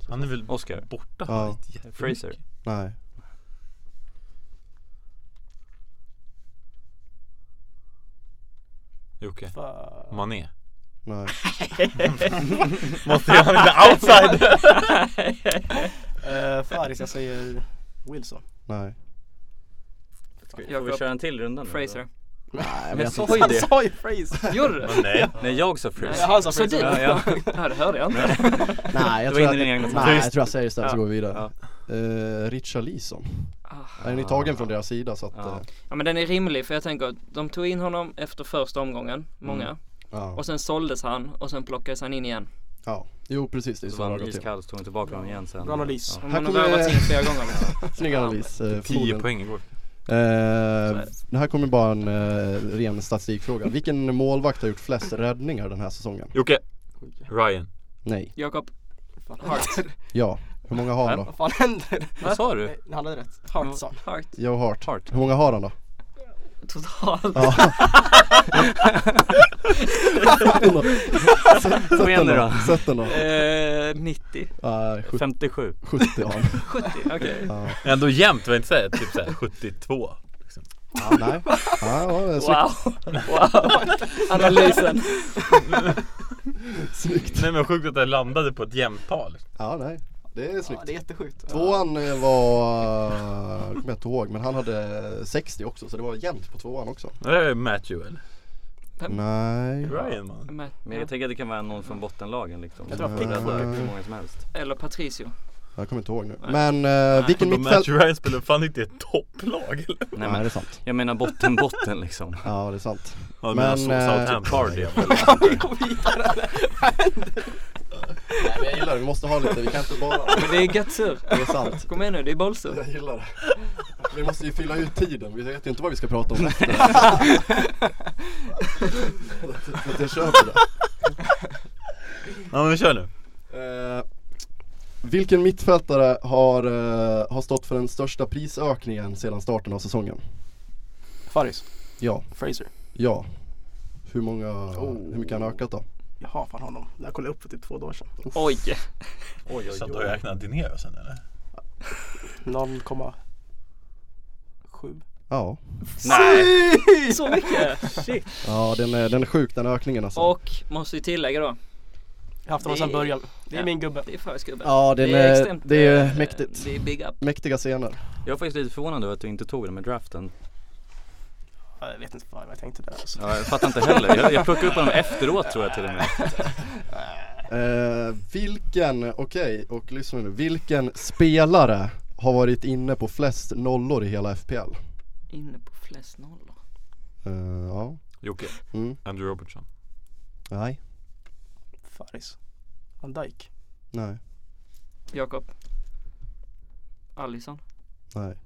[SPEAKER 6] han är väl
[SPEAKER 4] Oscar,
[SPEAKER 6] borta
[SPEAKER 1] Ja,
[SPEAKER 4] Fraser
[SPEAKER 1] nej
[SPEAKER 6] Jocke,
[SPEAKER 5] Fan.
[SPEAKER 6] Mané
[SPEAKER 1] Nej,
[SPEAKER 6] Måste jag han inte outside?
[SPEAKER 5] Eh, Faris, jag säger Wilson.
[SPEAKER 1] nej
[SPEAKER 4] Får vi
[SPEAKER 3] Jakob.
[SPEAKER 4] köra en till runda nu?
[SPEAKER 3] Fraser.
[SPEAKER 1] Nej
[SPEAKER 4] Men
[SPEAKER 1] men
[SPEAKER 4] jag sa ju
[SPEAKER 5] Han
[SPEAKER 4] det!
[SPEAKER 5] sa ju Fraser!
[SPEAKER 3] Gjorde du?
[SPEAKER 6] Nej,
[SPEAKER 4] Nej jag sa
[SPEAKER 5] Nej,
[SPEAKER 4] Fraser
[SPEAKER 5] han sa
[SPEAKER 3] Så du?
[SPEAKER 5] Fraser.
[SPEAKER 4] Ja, ja.
[SPEAKER 3] Ja, det hörde jag inte.
[SPEAKER 1] Nej jag
[SPEAKER 4] Du var inne
[SPEAKER 1] tror
[SPEAKER 4] i din
[SPEAKER 1] jag,
[SPEAKER 4] egna
[SPEAKER 1] nej, jag
[SPEAKER 6] tanke.
[SPEAKER 1] tror jag säger istället så
[SPEAKER 4] Ja.
[SPEAKER 1] går vi vidare uh, Richarlison
[SPEAKER 3] Ah.
[SPEAKER 1] Den är tagen från deras sida så att
[SPEAKER 4] Ja.
[SPEAKER 1] eh,
[SPEAKER 3] Ja men den är rimlig för jag tänker att de tog in honom efter första
[SPEAKER 1] Mm.
[SPEAKER 3] omgången, många.
[SPEAKER 1] ja.
[SPEAKER 3] Och sen såldes han och sen plockades han in igen.
[SPEAKER 1] ja, jo precis det är
[SPEAKER 4] Så
[SPEAKER 1] så det
[SPEAKER 4] var
[SPEAKER 1] har
[SPEAKER 4] han
[SPEAKER 1] gått till
[SPEAKER 4] iskall, så tog han tillbaka honom igen sen
[SPEAKER 5] Bra analys.
[SPEAKER 3] Och
[SPEAKER 1] Här
[SPEAKER 3] man har
[SPEAKER 1] kommer-
[SPEAKER 3] värvats in flera gånger liksom.
[SPEAKER 1] Snygg analys, eh,
[SPEAKER 6] 10
[SPEAKER 1] förmodligen.
[SPEAKER 6] poäng igår
[SPEAKER 1] Eh, det här kommer bara en eh, ren statistikfråga. Vilken målvakt har gjort flest räddningar den här säsongen?
[SPEAKER 6] Jocke, Ryan
[SPEAKER 1] Nej,
[SPEAKER 3] Jakob,
[SPEAKER 5] Fan.
[SPEAKER 3] Hart,
[SPEAKER 1] ja. Hur många har han då?
[SPEAKER 5] Vad fan händer?
[SPEAKER 4] Vad sa du?
[SPEAKER 5] Nej, Han hade rätt. Hart sa han.
[SPEAKER 3] Hart,
[SPEAKER 1] Joe Hart.
[SPEAKER 4] Hart
[SPEAKER 1] Hur många har han då?
[SPEAKER 3] totalt.
[SPEAKER 1] Ja.
[SPEAKER 4] Kom igen nu då.
[SPEAKER 1] Sätt den då.
[SPEAKER 3] Eh, 90,
[SPEAKER 1] Nej, 70
[SPEAKER 4] 57
[SPEAKER 1] 70 har han.
[SPEAKER 3] 70, okej.
[SPEAKER 1] Ja.
[SPEAKER 6] Ändå jämnt, vad jag inte säga, typ såhär 72
[SPEAKER 1] Ja, nej. Ja, det var snyggt.
[SPEAKER 3] Wow, wow, analysen.
[SPEAKER 1] snyggt.
[SPEAKER 6] Nej men sjukt att det landade på ett jämnt tal
[SPEAKER 1] Ja, nej. Det är
[SPEAKER 5] Ja,
[SPEAKER 1] snyggt.
[SPEAKER 5] det är jättesjukt.
[SPEAKER 1] Tvåan eh, var, jag kommer inte ihåg, men han hade 60 också så det var jämnt på tvåan också.
[SPEAKER 6] Det där är Matthew eller?
[SPEAKER 1] Nej.
[SPEAKER 6] Ryan man
[SPEAKER 3] Matt,
[SPEAKER 4] Men jag tänker att det kan vara någon från bottenlagen liksom
[SPEAKER 5] Jag tror att
[SPEAKER 4] Som
[SPEAKER 5] Pickford-
[SPEAKER 4] räddar hur många som helst
[SPEAKER 3] Eller Patricio.
[SPEAKER 1] Jag kommer inte ihåg nu. Men eh, vilken
[SPEAKER 6] Vadå,
[SPEAKER 1] mittfält...
[SPEAKER 6] Matthew Ryan spelar fan inte i ett topplag eller?
[SPEAKER 4] Nej
[SPEAKER 1] Nej det
[SPEAKER 4] men
[SPEAKER 1] är sant.
[SPEAKER 4] jag menar botten, botten liksom
[SPEAKER 1] Ja det är sant.
[SPEAKER 6] Ja
[SPEAKER 1] Men, menar så- eh, Southampton.
[SPEAKER 6] Cardiff
[SPEAKER 1] Nej, men jag gillar det, vi måste ha lite, vi kan inte bara...
[SPEAKER 3] Men det är Gatsur.
[SPEAKER 1] Det är sant.
[SPEAKER 3] Kom igen nu, det är Bolsur.
[SPEAKER 1] Jag gillar det. Vi måste ju fylla ut tiden, vi vet ju inte vad vi ska prata om efter. Så att jag köper det.
[SPEAKER 6] Ja men kör nu
[SPEAKER 1] Eh, vilken mittfältare har, eh, har stått för den största prisökningen sedan starten av säsongen?
[SPEAKER 5] Faris.
[SPEAKER 1] Ja,
[SPEAKER 5] Fraser.
[SPEAKER 1] ja. Hur många, hur mycket har han ökat då?
[SPEAKER 5] Jag har fan honom. Jag kollade upp för typ två dagar sedan.
[SPEAKER 3] Oj,
[SPEAKER 6] Så då räknar inte ner sen eller?
[SPEAKER 5] noll komma sju.
[SPEAKER 1] Ja,
[SPEAKER 4] Nej!
[SPEAKER 3] Så mycket! Shit.
[SPEAKER 1] ja den, är, den är sjuk den ökningen alltså.
[SPEAKER 3] Och måste ju tillägga då,
[SPEAKER 5] Jag har haft honom sedan
[SPEAKER 3] Det-
[SPEAKER 5] början. Det är
[SPEAKER 3] ja.
[SPEAKER 5] min gubbe.
[SPEAKER 3] det är förskubben.
[SPEAKER 1] Ja, den är, det är
[SPEAKER 3] eh,
[SPEAKER 1] mäktigt.
[SPEAKER 3] Det är big up.
[SPEAKER 1] Mäktiga scener.
[SPEAKER 4] Jag är faktiskt lite förvånad över att du inte tog den med draften.
[SPEAKER 5] Ja, Jag vet inte vad jag tänkte där alltså.
[SPEAKER 4] Ja, jag fattar inte heller. Jag, jag plockade upp honom efteråt tror jag till och med.
[SPEAKER 1] Eh, vilken, okej, och lyssna nu. Vilken spelare har varit inne på flest nollor i hela FPL?
[SPEAKER 3] Inne på flest nollor.
[SPEAKER 1] Eh, ja,
[SPEAKER 6] Jocke.
[SPEAKER 1] Mm.
[SPEAKER 6] Andrew Robertson.
[SPEAKER 1] nej,
[SPEAKER 5] Faris. Van Dijk.
[SPEAKER 1] nej,
[SPEAKER 3] Jakob. Allison.
[SPEAKER 1] nej.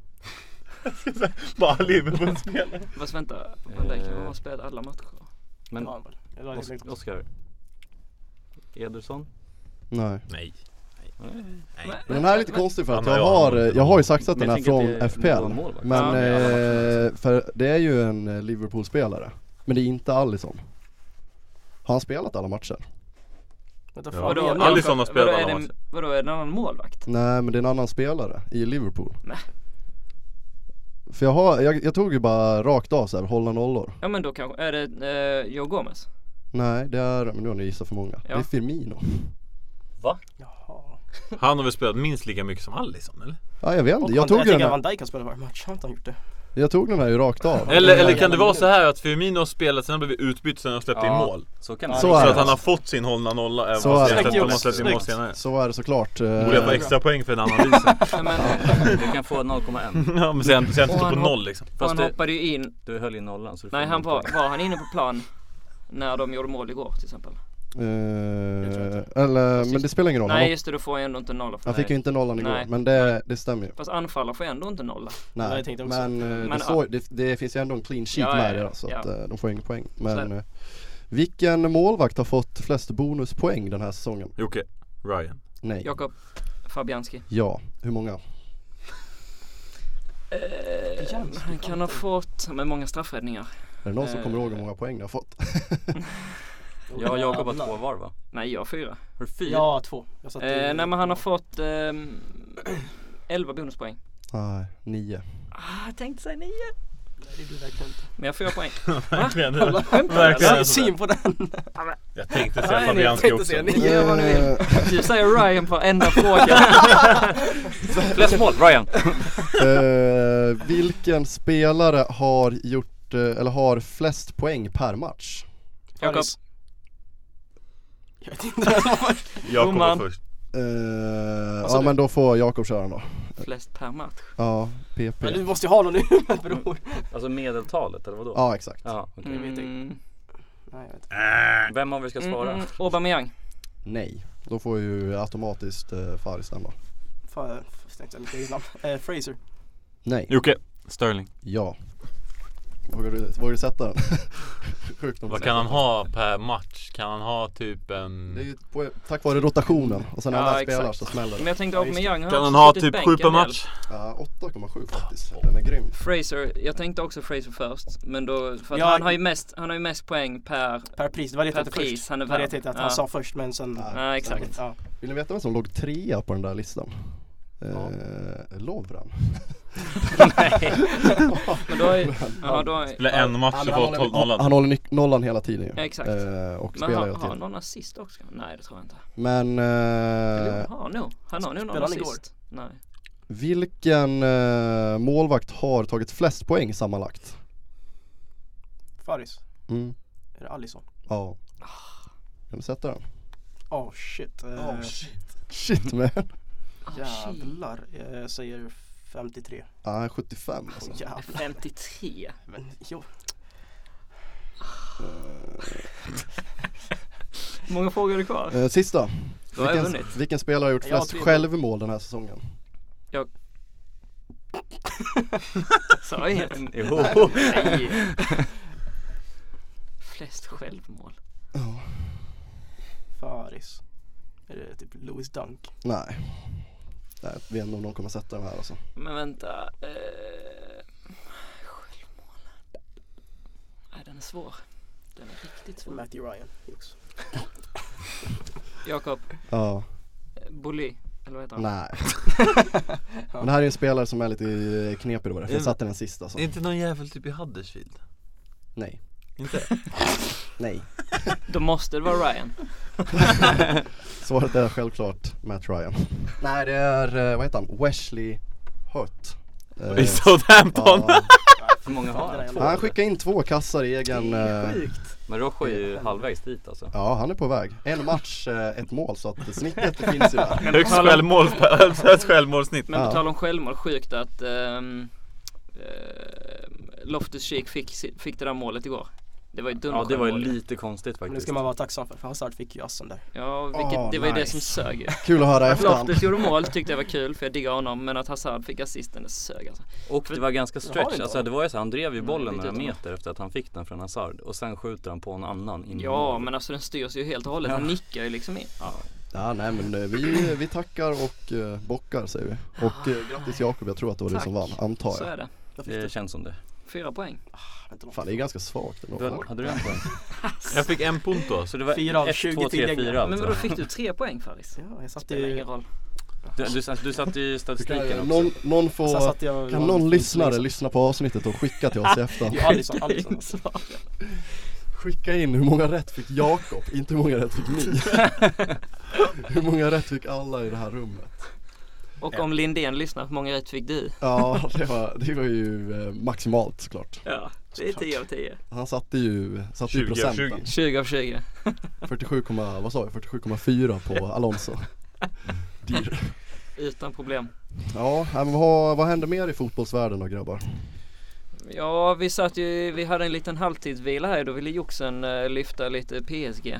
[SPEAKER 6] Bara Liverpool-spelare.
[SPEAKER 3] Fast vänta, Van Dijk
[SPEAKER 4] Eh.
[SPEAKER 3] har spelat alla matcher.
[SPEAKER 5] Det
[SPEAKER 4] Men
[SPEAKER 5] var han väl? Eller var det
[SPEAKER 4] Os-
[SPEAKER 5] Henrik?
[SPEAKER 4] Oscar Ederson?
[SPEAKER 1] Nej.
[SPEAKER 6] Nej.
[SPEAKER 1] Men den här är lite konstig för att
[SPEAKER 6] Ja, men
[SPEAKER 1] jag
[SPEAKER 6] jag-
[SPEAKER 1] har, eh, jag har ju sagt att
[SPEAKER 4] Men
[SPEAKER 1] den
[SPEAKER 4] jag
[SPEAKER 1] är
[SPEAKER 4] tänker
[SPEAKER 1] från
[SPEAKER 4] att det är
[SPEAKER 1] FPL
[SPEAKER 4] någon målvakt.
[SPEAKER 1] Men,
[SPEAKER 3] Ja.
[SPEAKER 1] eh, för det är ju en eh, Liverpool-spelare Men det är inte Alisson Har han spelat alla matcher?
[SPEAKER 5] Vänta,
[SPEAKER 6] Ja.
[SPEAKER 5] fan,
[SPEAKER 6] Vadå?
[SPEAKER 5] vad menar du?
[SPEAKER 6] Alisson har spelat
[SPEAKER 3] vadå, är
[SPEAKER 6] alla
[SPEAKER 3] det-
[SPEAKER 6] matcher.
[SPEAKER 3] Vadå, är det en annan målvakt?
[SPEAKER 1] Nej men det är en annan spelare i Liverpool
[SPEAKER 3] Nej.
[SPEAKER 1] För jag har, jag, jag tog ju bara rakt av såhär, hålla nollor
[SPEAKER 3] Ja men då kanske, är det eh, Joe Gomez?
[SPEAKER 1] Nej det är, men nu har ni gissat för många Det
[SPEAKER 3] Ja.
[SPEAKER 1] är Firmino
[SPEAKER 5] Jaha.
[SPEAKER 6] Han har väl spelat minst lika mycket som Alisson eller?
[SPEAKER 1] Ja jag vet
[SPEAKER 5] Och
[SPEAKER 1] inte,
[SPEAKER 5] Van-
[SPEAKER 1] jag tog,
[SPEAKER 5] jag
[SPEAKER 1] ju den
[SPEAKER 5] tycker
[SPEAKER 1] här,
[SPEAKER 5] att Van Dijk har spelat varje match. Har inte han gjort det?
[SPEAKER 1] jag tog den här ju rakt av Eh,
[SPEAKER 6] Eller, eller
[SPEAKER 5] jävla
[SPEAKER 6] kan det vara
[SPEAKER 5] minut.
[SPEAKER 6] så här att Firmino har spelat, sen har blivit utbytt, sen har släppt in
[SPEAKER 4] Ja.
[SPEAKER 6] mål?
[SPEAKER 4] Så kan det
[SPEAKER 1] Så
[SPEAKER 4] vara.
[SPEAKER 1] är
[SPEAKER 6] Så
[SPEAKER 1] det.
[SPEAKER 6] att han har fått sin hållna nolla även
[SPEAKER 1] Så
[SPEAKER 6] fast
[SPEAKER 1] är det.
[SPEAKER 6] han släppt in mål-
[SPEAKER 5] Snyggt
[SPEAKER 6] släppt in mål
[SPEAKER 5] gjort.
[SPEAKER 6] senare.
[SPEAKER 1] Så är det såklart eh,
[SPEAKER 6] Borde jag få extra poäng för den analysen?
[SPEAKER 3] Nej, men,
[SPEAKER 4] Du kan få 0,1.
[SPEAKER 6] ja men sen, sen
[SPEAKER 3] Och
[SPEAKER 6] står på
[SPEAKER 3] han
[SPEAKER 6] noll liksom.
[SPEAKER 3] han
[SPEAKER 4] Fast det-
[SPEAKER 3] hoppade ju in,
[SPEAKER 4] Du höll ju nollan så du får
[SPEAKER 3] nej han
[SPEAKER 4] noll
[SPEAKER 3] var,
[SPEAKER 4] poäng.
[SPEAKER 3] var han inne på plan när de gjorde mål igår till exempel?
[SPEAKER 5] Jag tror
[SPEAKER 1] eh,
[SPEAKER 5] inte.
[SPEAKER 1] Eller, men det spelar ingen roll,
[SPEAKER 3] Nej
[SPEAKER 1] han,
[SPEAKER 3] just det, då får jag ändå inte nolla för
[SPEAKER 1] han fick ju inte nollan igår
[SPEAKER 3] Nej.
[SPEAKER 1] men det, det stämmer ju
[SPEAKER 3] Fast anfallare får jag ändå inte nolla.
[SPEAKER 1] Nej,
[SPEAKER 5] Nej, jag tänkte också.
[SPEAKER 1] men, eh,
[SPEAKER 3] Men,
[SPEAKER 1] det, står, det, det finns ju ändå en clean sheet
[SPEAKER 3] Ja,
[SPEAKER 1] med
[SPEAKER 3] ja,
[SPEAKER 1] det så
[SPEAKER 3] ja.
[SPEAKER 1] att eh, de får ingen poäng.
[SPEAKER 3] Så är
[SPEAKER 1] Men
[SPEAKER 3] det.
[SPEAKER 1] eh, vilken målvakt har fått flest bonuspoäng den här säsongen?
[SPEAKER 6] Jocke. Ryan.
[SPEAKER 1] Nej. Ja.
[SPEAKER 3] Jakob Fabianski.
[SPEAKER 1] hur många?
[SPEAKER 3] Eh,
[SPEAKER 5] Jävlar.
[SPEAKER 3] han kan ha fått, med många straffräddningar.
[SPEAKER 1] Är det någon som
[SPEAKER 3] Eh.
[SPEAKER 1] kommer ihåg hur många poäng ni har fått?
[SPEAKER 4] Jag och Jakob har två var va?
[SPEAKER 3] Nej jag har fyra.
[SPEAKER 4] Har du fyra?
[SPEAKER 5] Ja, två. Jag satt i-
[SPEAKER 3] Eh, nej men han har fått ehm, 11 bonuspoäng.
[SPEAKER 1] Nej, nio.
[SPEAKER 3] Ah, jag tänkte säga nio.
[SPEAKER 5] Nej, det blir verkligen inte.
[SPEAKER 3] Men jag har fyra poäng.
[SPEAKER 6] Verkligen. Alltså, eller?
[SPEAKER 5] Jag har
[SPEAKER 6] Verkligen.
[SPEAKER 5] syn på den.
[SPEAKER 6] Jag tänkte säga
[SPEAKER 3] Nej, nej,
[SPEAKER 6] Fabianski också.
[SPEAKER 3] Gör vad ni vill.
[SPEAKER 1] Eh,
[SPEAKER 3] Du säger Ryan på enda fråga.
[SPEAKER 4] Flest mål, Ryan!
[SPEAKER 1] eh, vilken spelare har gjort, eh, eller har flest poäng per match?
[SPEAKER 3] Jakob.
[SPEAKER 5] Jag vet inte vem som har varit.
[SPEAKER 6] Jakob var
[SPEAKER 3] Roman.
[SPEAKER 6] först.
[SPEAKER 1] Eh,
[SPEAKER 5] Alltså,
[SPEAKER 1] ja
[SPEAKER 5] du-
[SPEAKER 1] men då får Jakob köra den då.
[SPEAKER 3] Flest per match.
[SPEAKER 1] Ja, PP.
[SPEAKER 5] Men du måste ju ha någon nu bror.
[SPEAKER 4] Alltså medeltalet eller vadå?
[SPEAKER 1] Ja exakt.
[SPEAKER 4] Ja, okej.
[SPEAKER 5] vet inte.
[SPEAKER 3] Mm.
[SPEAKER 5] Nej, jag vet inte.
[SPEAKER 4] Vem av er ska svara?
[SPEAKER 3] Mm, mm. Aubameyang.
[SPEAKER 1] Nej. Då får ju automatiskt eh, Faris den då.
[SPEAKER 5] Fan, jag tänkte jag mitt eget namn. Eh, Fraser.
[SPEAKER 1] Nej.
[SPEAKER 6] Jocke. Sterling.
[SPEAKER 1] Ja. Vågar du, vågar du sätta den? Sjukt om
[SPEAKER 6] Vad
[SPEAKER 1] du
[SPEAKER 6] kan han
[SPEAKER 1] sätter
[SPEAKER 6] ha per match? Kan han ha typ en...
[SPEAKER 1] den. Det är ju på, tack vare rotationen och sen när
[SPEAKER 3] Ja,
[SPEAKER 1] alla
[SPEAKER 3] exakt.
[SPEAKER 1] spelar så smäller
[SPEAKER 3] Men
[SPEAKER 1] det.
[SPEAKER 3] jag tänkte
[SPEAKER 5] Ja, just det.
[SPEAKER 3] Aubameyang har
[SPEAKER 6] Kan han
[SPEAKER 3] också
[SPEAKER 6] ha
[SPEAKER 3] suttit
[SPEAKER 6] typ
[SPEAKER 3] bänk
[SPEAKER 6] sju
[SPEAKER 3] en
[SPEAKER 6] per
[SPEAKER 3] del.
[SPEAKER 6] match?
[SPEAKER 1] Ja, 8,7 faktiskt. Den är grym.
[SPEAKER 3] Fraser, jag tänkte också Fraser först. Men då, för att
[SPEAKER 5] Ja.
[SPEAKER 3] han, har ju mest, han har ju mest poäng per,
[SPEAKER 5] Per pris, det var det jag
[SPEAKER 3] per
[SPEAKER 5] tänkte först.
[SPEAKER 3] pris han är
[SPEAKER 5] Det var det jag
[SPEAKER 3] värd.
[SPEAKER 5] tänkte att
[SPEAKER 3] Ja.
[SPEAKER 5] han sa först men sen...
[SPEAKER 1] Ja.
[SPEAKER 3] Ja exakt.
[SPEAKER 5] Ja.
[SPEAKER 1] Vill ni veta vem som låg trea på den där listan?
[SPEAKER 4] Ja.
[SPEAKER 1] Eh, Lovren.
[SPEAKER 3] Men då är, ja, då är,
[SPEAKER 6] Eller en match
[SPEAKER 1] Han,
[SPEAKER 6] och
[SPEAKER 1] han,
[SPEAKER 6] fått
[SPEAKER 1] håller,
[SPEAKER 6] 12
[SPEAKER 1] han,
[SPEAKER 6] 0
[SPEAKER 1] han håller nick- nollan hela tiden ju.
[SPEAKER 3] Ja, exakt.
[SPEAKER 1] Eh, och
[SPEAKER 3] men
[SPEAKER 1] spelar
[SPEAKER 3] har,
[SPEAKER 1] hela
[SPEAKER 3] har han
[SPEAKER 1] tiden.
[SPEAKER 3] någon assist också? Nej det tror jag inte.
[SPEAKER 1] Men
[SPEAKER 3] Jo,
[SPEAKER 1] eh,
[SPEAKER 3] har han nog. Han har nog någon
[SPEAKER 5] Spelade han igår?
[SPEAKER 3] assist. Nej.
[SPEAKER 1] vilken eh, målvakt har tagit flest poäng sammanlagt?
[SPEAKER 5] Faris.
[SPEAKER 1] Mm.
[SPEAKER 5] Är det Alisson?
[SPEAKER 1] Ja. Kan du sätta den?
[SPEAKER 5] Oh shit. Eh,
[SPEAKER 1] Shit man.
[SPEAKER 3] Ah, shit.
[SPEAKER 5] jävlar. Jag säger 53.
[SPEAKER 1] Ja, 75 alltså.
[SPEAKER 5] Jävlar.
[SPEAKER 3] 53.
[SPEAKER 5] Men jo.
[SPEAKER 3] Hur många frågor är det kvar?
[SPEAKER 1] Eh, sista.
[SPEAKER 3] Då har jag
[SPEAKER 1] Vilken,
[SPEAKER 3] vunnit.
[SPEAKER 1] vilken spelare har gjort
[SPEAKER 5] Jag har
[SPEAKER 1] flest
[SPEAKER 5] tre.
[SPEAKER 1] självmål den här säsongen?
[SPEAKER 3] Sa jag inget?
[SPEAKER 4] Jo,
[SPEAKER 3] Nej. Flest självmål.
[SPEAKER 5] Faris. Är det typ Louis Dunk?
[SPEAKER 1] Nej. Nej, jag vet inte om någon kommer sätta den här alltså.
[SPEAKER 3] Men vänta. Eh, självmål. Nej, den är svår. Den är riktigt svår.
[SPEAKER 5] Matthew Ryan. också.
[SPEAKER 3] Jakob
[SPEAKER 1] Ja.
[SPEAKER 3] eh, Bully. Eller vad heter han?
[SPEAKER 1] Nej. Men det här är en spelare som är lite knepig då, därför jag satte den sista så.
[SPEAKER 6] inte någon jävel typ i Huddersfield?
[SPEAKER 1] Nej.
[SPEAKER 6] Inte?
[SPEAKER 1] Nej.
[SPEAKER 3] Då måste det vara Ryan.
[SPEAKER 1] Svaret är självklart Matt Ryan. Nej det är, eh, vad heter han? Wesley Hurt. Eh,
[SPEAKER 6] I Southampton?
[SPEAKER 1] ja.
[SPEAKER 4] Hur många har han?
[SPEAKER 1] Han skickade in två kassar i egen, eh,
[SPEAKER 5] Sjukt.
[SPEAKER 4] Men Rojo är ju halvvägs dit alltså.
[SPEAKER 1] ja han är på väg. En match, eh, ett mål så att snittet finns ju där.
[SPEAKER 6] Högst självmål, högst självmålsnitt
[SPEAKER 3] Men på
[SPEAKER 1] Ja.
[SPEAKER 3] tal om självmål, sjukt att ehm, ehm, Loftus Cheek fick, si- fick det där målet igår. Det var ju ett
[SPEAKER 4] Ja det var ju
[SPEAKER 3] dundersjälvmål.
[SPEAKER 4] lite konstigt
[SPEAKER 5] Men det
[SPEAKER 4] faktiskt.
[SPEAKER 5] ska man vara tacksam för, för Hazard fick ju assen där.
[SPEAKER 3] Ja, vilket,
[SPEAKER 1] Åh,
[SPEAKER 3] det var ju det
[SPEAKER 1] nice.
[SPEAKER 3] som sög ju.
[SPEAKER 1] Kul att höra i
[SPEAKER 3] Att
[SPEAKER 1] efterhand.
[SPEAKER 3] Loftus gjorde mål tyckte jag var kul för jag diggar honom men att Hazard fick assisten det sög alltså.
[SPEAKER 4] Och det var ganska
[SPEAKER 5] Har
[SPEAKER 4] stretch,
[SPEAKER 5] inte
[SPEAKER 4] alltså
[SPEAKER 5] han?
[SPEAKER 4] det var ju så han drev ju
[SPEAKER 3] Nej,
[SPEAKER 4] bollen
[SPEAKER 3] Mm, det
[SPEAKER 4] några
[SPEAKER 3] vet jag
[SPEAKER 4] meter efter att han fick den från Hazard och sen skjuter han på en annan in i
[SPEAKER 3] Ja
[SPEAKER 4] mål.
[SPEAKER 3] men alltså den styrs ju helt och hållet,
[SPEAKER 4] Mm. Ja.
[SPEAKER 3] han nickar ju liksom in.
[SPEAKER 1] Ja, nej men eh, vi, vi tackar och eh, bockar säger vi. Och eh, grattis Jakob, jag tror att det var du som vann,
[SPEAKER 3] Tack.
[SPEAKER 1] antar
[SPEAKER 3] Så
[SPEAKER 1] jag.
[SPEAKER 3] är det.
[SPEAKER 5] Där fick
[SPEAKER 4] Det
[SPEAKER 5] du
[SPEAKER 4] känns som det.
[SPEAKER 3] Fyra poäng.
[SPEAKER 5] inte någon
[SPEAKER 1] Fan det är ganska svagt
[SPEAKER 4] Du,
[SPEAKER 1] ändå.
[SPEAKER 4] hade du en poäng?
[SPEAKER 6] Jag fick en punto
[SPEAKER 4] Så det var
[SPEAKER 5] Fyra av
[SPEAKER 4] ett,
[SPEAKER 5] 20
[SPEAKER 4] två, tre,
[SPEAKER 5] tillgängliga.
[SPEAKER 4] fyra,
[SPEAKER 3] Men
[SPEAKER 4] alltså.
[SPEAKER 3] vadå fick du tre poäng Faris?
[SPEAKER 5] Ja, jag satt
[SPEAKER 3] Spelar
[SPEAKER 5] ju...
[SPEAKER 3] ingen roll.
[SPEAKER 4] Du, du, satt- du satt i statistiken också.
[SPEAKER 1] eh, Någon, någon
[SPEAKER 5] Sen
[SPEAKER 1] får,
[SPEAKER 5] satt jag... Liksom,
[SPEAKER 1] kan någon lyssnare lyssna på avsnittet och skicka till oss i efterhand?
[SPEAKER 5] Jo, Alisson, Alisson. alltså.
[SPEAKER 1] Skicka in hur många rätt fick Jakob, inte hur många rätt fick ni. hur många rätt fick alla i det här rummet?
[SPEAKER 3] Och om Lindén lyssnar, hur många rätt fick du?
[SPEAKER 1] Ja, det var, det var ju eh, maximalt såklart.
[SPEAKER 3] Ja, det är 10 av 10.
[SPEAKER 1] Han satte ju, satte
[SPEAKER 6] 20,
[SPEAKER 1] ju procenten.
[SPEAKER 3] 20 av 20.
[SPEAKER 1] 47, komma- vad sa jag? 47,4 på Alonso. Dyr.
[SPEAKER 3] Utan problem.
[SPEAKER 1] Ja, nej, men vad, vad händer mer i fotbollsvärlden då grabbar?
[SPEAKER 3] Ja, vi satt ju, vi hade en liten halvtidsvila här då ville Joxen eh, lyfta lite PSG.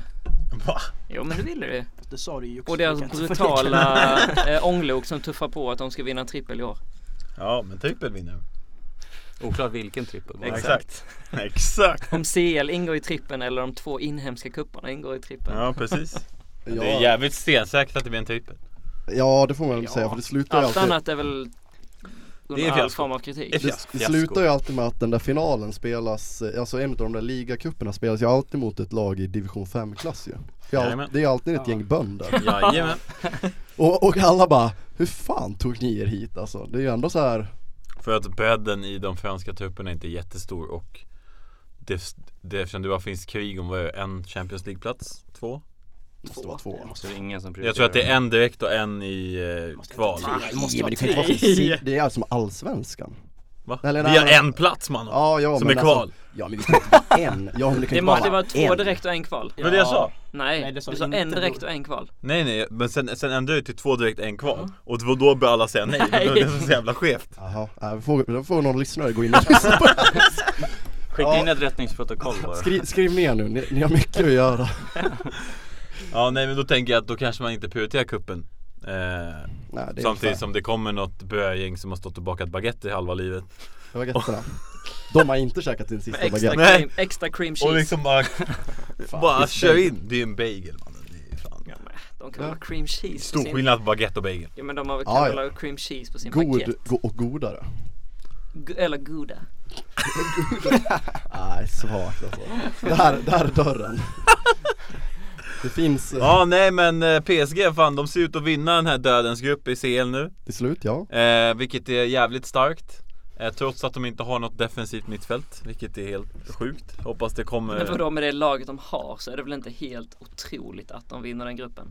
[SPEAKER 6] Va?
[SPEAKER 3] Jo men det ville du.
[SPEAKER 5] Det sa du ju också.
[SPEAKER 3] Och deras
[SPEAKER 5] Jag kan inte
[SPEAKER 3] brutala eh, ånglok som tuffar på att de ska vinna en trippel i år.
[SPEAKER 6] Ja men trippel vinner
[SPEAKER 4] Oklart vilken trippel.
[SPEAKER 6] Ja, Exakt Exakt
[SPEAKER 3] Om CL ingår i trippen eller de två inhemska kupparna ingår i trippen.
[SPEAKER 6] Ja precis
[SPEAKER 1] Ja,
[SPEAKER 6] Det är jävligt stensäkert att det blir en trippel
[SPEAKER 1] ja det får man väl
[SPEAKER 3] Ja.
[SPEAKER 1] säga för det slutar ju
[SPEAKER 3] Allt
[SPEAKER 1] alltid
[SPEAKER 3] annat är väl
[SPEAKER 6] Det är
[SPEAKER 3] under all
[SPEAKER 6] fiasko.
[SPEAKER 3] form av kritik.
[SPEAKER 6] Det-
[SPEAKER 1] det, det slutar ju alltid med att den där finalen spelas, eh, alltså en av de där ligacuperna spelas ju alltid mot ett lag i division 5-klass ju. Det är
[SPEAKER 6] Jajamän.
[SPEAKER 1] all- Det är alltid ett
[SPEAKER 5] Ja.
[SPEAKER 1] gäng bönder.
[SPEAKER 6] Jajamän
[SPEAKER 1] Och, och alla bara, hur fan tog ni er hit alltså? Det är ju ändå så här,
[SPEAKER 6] För att bredden i de franska trupperna inte är jättestor och det, det, eftersom det bara finns krig om vad är det, en Champions League-plats? Två?
[SPEAKER 1] måste vara två.
[SPEAKER 4] Så det är ingen som
[SPEAKER 6] Jag tror att det är en direkt och en i eh, kval.
[SPEAKER 1] Det måste vara tre. Det, det är alltså som allsvenskan.
[SPEAKER 6] Va?
[SPEAKER 1] Eller
[SPEAKER 6] Vi
[SPEAKER 1] nej.
[SPEAKER 6] har en plats mannen!
[SPEAKER 1] Ja, ja
[SPEAKER 6] Som
[SPEAKER 1] men
[SPEAKER 6] är kval.
[SPEAKER 1] Alltså, ja men det kan inte vara en, ja men det kan
[SPEAKER 3] Det
[SPEAKER 1] inte bara
[SPEAKER 3] måste vara två
[SPEAKER 1] en.
[SPEAKER 3] direkt och en kval.
[SPEAKER 6] Det var det jag sa!
[SPEAKER 3] Nej,
[SPEAKER 5] Nej,
[SPEAKER 3] du
[SPEAKER 5] det sa
[SPEAKER 3] sa
[SPEAKER 5] du inte,
[SPEAKER 3] en direkt
[SPEAKER 5] bror.
[SPEAKER 3] och en kval.
[SPEAKER 6] Nej nej, men sen, sen ändrade jag till två direkt, en kval. Och då- då började alla säga nej, nej. det är så jävla skevt.
[SPEAKER 1] Jaha, nej, vi får, då får någon lyssnare gå in och lyssna på det.
[SPEAKER 4] Skicka in ett rättningsprotokoll bara.
[SPEAKER 1] Skri, Skriv ner nu, ni, ni har mycket att göra.
[SPEAKER 6] Ja nej men då tänker jag att då kanske man inte prioriterar kuppen. Eh,
[SPEAKER 1] Nej, det är
[SPEAKER 6] samtidigt
[SPEAKER 1] så
[SPEAKER 6] som det kommer något bögäng som har stått och bakat baguetter i halva livet.
[SPEAKER 1] här. Det var getterna. De har inte käkat sin sista
[SPEAKER 3] Extra
[SPEAKER 1] baguette.
[SPEAKER 6] Nej.
[SPEAKER 3] cream, extra cream
[SPEAKER 6] Och
[SPEAKER 3] cheese.
[SPEAKER 6] liksom bara,
[SPEAKER 1] Fan,
[SPEAKER 6] bara
[SPEAKER 1] vilken-
[SPEAKER 6] kör in. Det är en bagel mannen. Det är fan.
[SPEAKER 3] Ja, men de kan
[SPEAKER 1] Ja.
[SPEAKER 3] väl ha cream cheese på
[SPEAKER 6] Stor
[SPEAKER 3] sin-
[SPEAKER 6] skillnad på baguette och bagel.
[SPEAKER 3] Ja men de har väl
[SPEAKER 1] Ja,
[SPEAKER 3] kan väl
[SPEAKER 1] ja.
[SPEAKER 3] ha cream cheese på sin
[SPEAKER 1] God
[SPEAKER 3] baguette.
[SPEAKER 1] go- och godare.
[SPEAKER 3] Go- eller goda.
[SPEAKER 1] Nej, svagt alltså. Där, där är dörren. Det finns eh,
[SPEAKER 6] Ja nej men eh, PSG fan de ser ut att vinna den här dödens grupp i CL nu.
[SPEAKER 1] till slut, ja.
[SPEAKER 6] Eh, vilket är jävligt starkt. Eh, trots att de inte har något defensivt mittfält. Vilket är helt sjukt. Hoppas det
[SPEAKER 3] Men
[SPEAKER 6] kommer...
[SPEAKER 3] vadå med det laget de har så är det väl inte helt otroligt att de vinner den gruppen?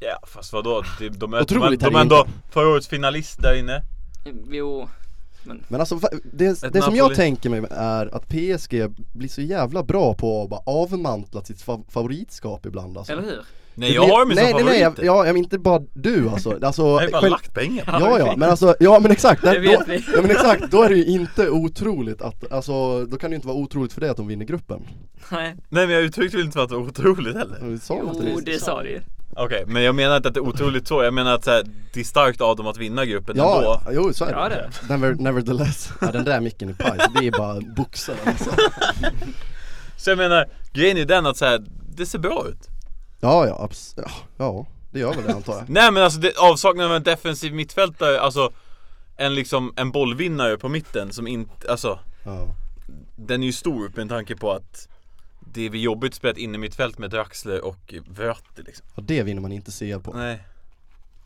[SPEAKER 6] Ja fast vadå? De, de, är, de, är,
[SPEAKER 1] Otroligt
[SPEAKER 6] de är
[SPEAKER 1] hade
[SPEAKER 6] ändå förra årets finalist där inne.
[SPEAKER 3] Jo,
[SPEAKER 1] Men alltså va- det, det som
[SPEAKER 6] Napoli.
[SPEAKER 1] jag tänker mig är att PSG blir så jävla bra på att bara avmantla sitt fa- favoritskap ibland alltså.
[SPEAKER 3] eller hur?
[SPEAKER 6] Nej
[SPEAKER 1] Det
[SPEAKER 6] jag
[SPEAKER 1] blir-
[SPEAKER 6] har dem ju som
[SPEAKER 1] nej, nej, nej,
[SPEAKER 6] favoriter.
[SPEAKER 1] jag, ja, men inte bara du alltså. alltså
[SPEAKER 6] jag har ju bara
[SPEAKER 1] själv-
[SPEAKER 6] lagt pengar på
[SPEAKER 1] Ja, ja, men alltså, ja men exakt.
[SPEAKER 3] Det vet
[SPEAKER 1] då,
[SPEAKER 3] vi.
[SPEAKER 1] ja, men exakt, då är det ju inte otroligt att, alltså då kan det ju inte vara otroligt för det att de vinner gruppen.
[SPEAKER 3] Nej,
[SPEAKER 6] Nej men jag uttryckte väl inte för att det var otroligt heller.
[SPEAKER 1] Vi sa att det
[SPEAKER 3] jo
[SPEAKER 1] är-
[SPEAKER 3] det sa du ju.
[SPEAKER 6] Okej men jag menar inte att det är otroligt så. Jag menar att så här, det är starkt av dem att vinna gruppen
[SPEAKER 1] Ja,
[SPEAKER 6] ändå.
[SPEAKER 1] ja, jo så är det.
[SPEAKER 3] Ja, det är det.
[SPEAKER 1] Never, nevertheless. Ja, den där micken är paj, så det är bara boxar alltså.
[SPEAKER 6] Så jag menar grejen är den att så här, det ser bra ut.
[SPEAKER 1] Ja, ja, abs- ja, ja, det gör väl det antar jag.
[SPEAKER 6] Nej men alltså det, avsaknaden av en defensiv mittfältare, alltså en liksom en bollvinnare på mitten som inte, alltså
[SPEAKER 1] Ja.
[SPEAKER 6] den är ju stor med tanke på att det är väl jobbigt att spela ett innermittfält med Draxler och Wörter liksom.
[SPEAKER 1] Ja, det vinner man inte CL på.
[SPEAKER 6] Nej.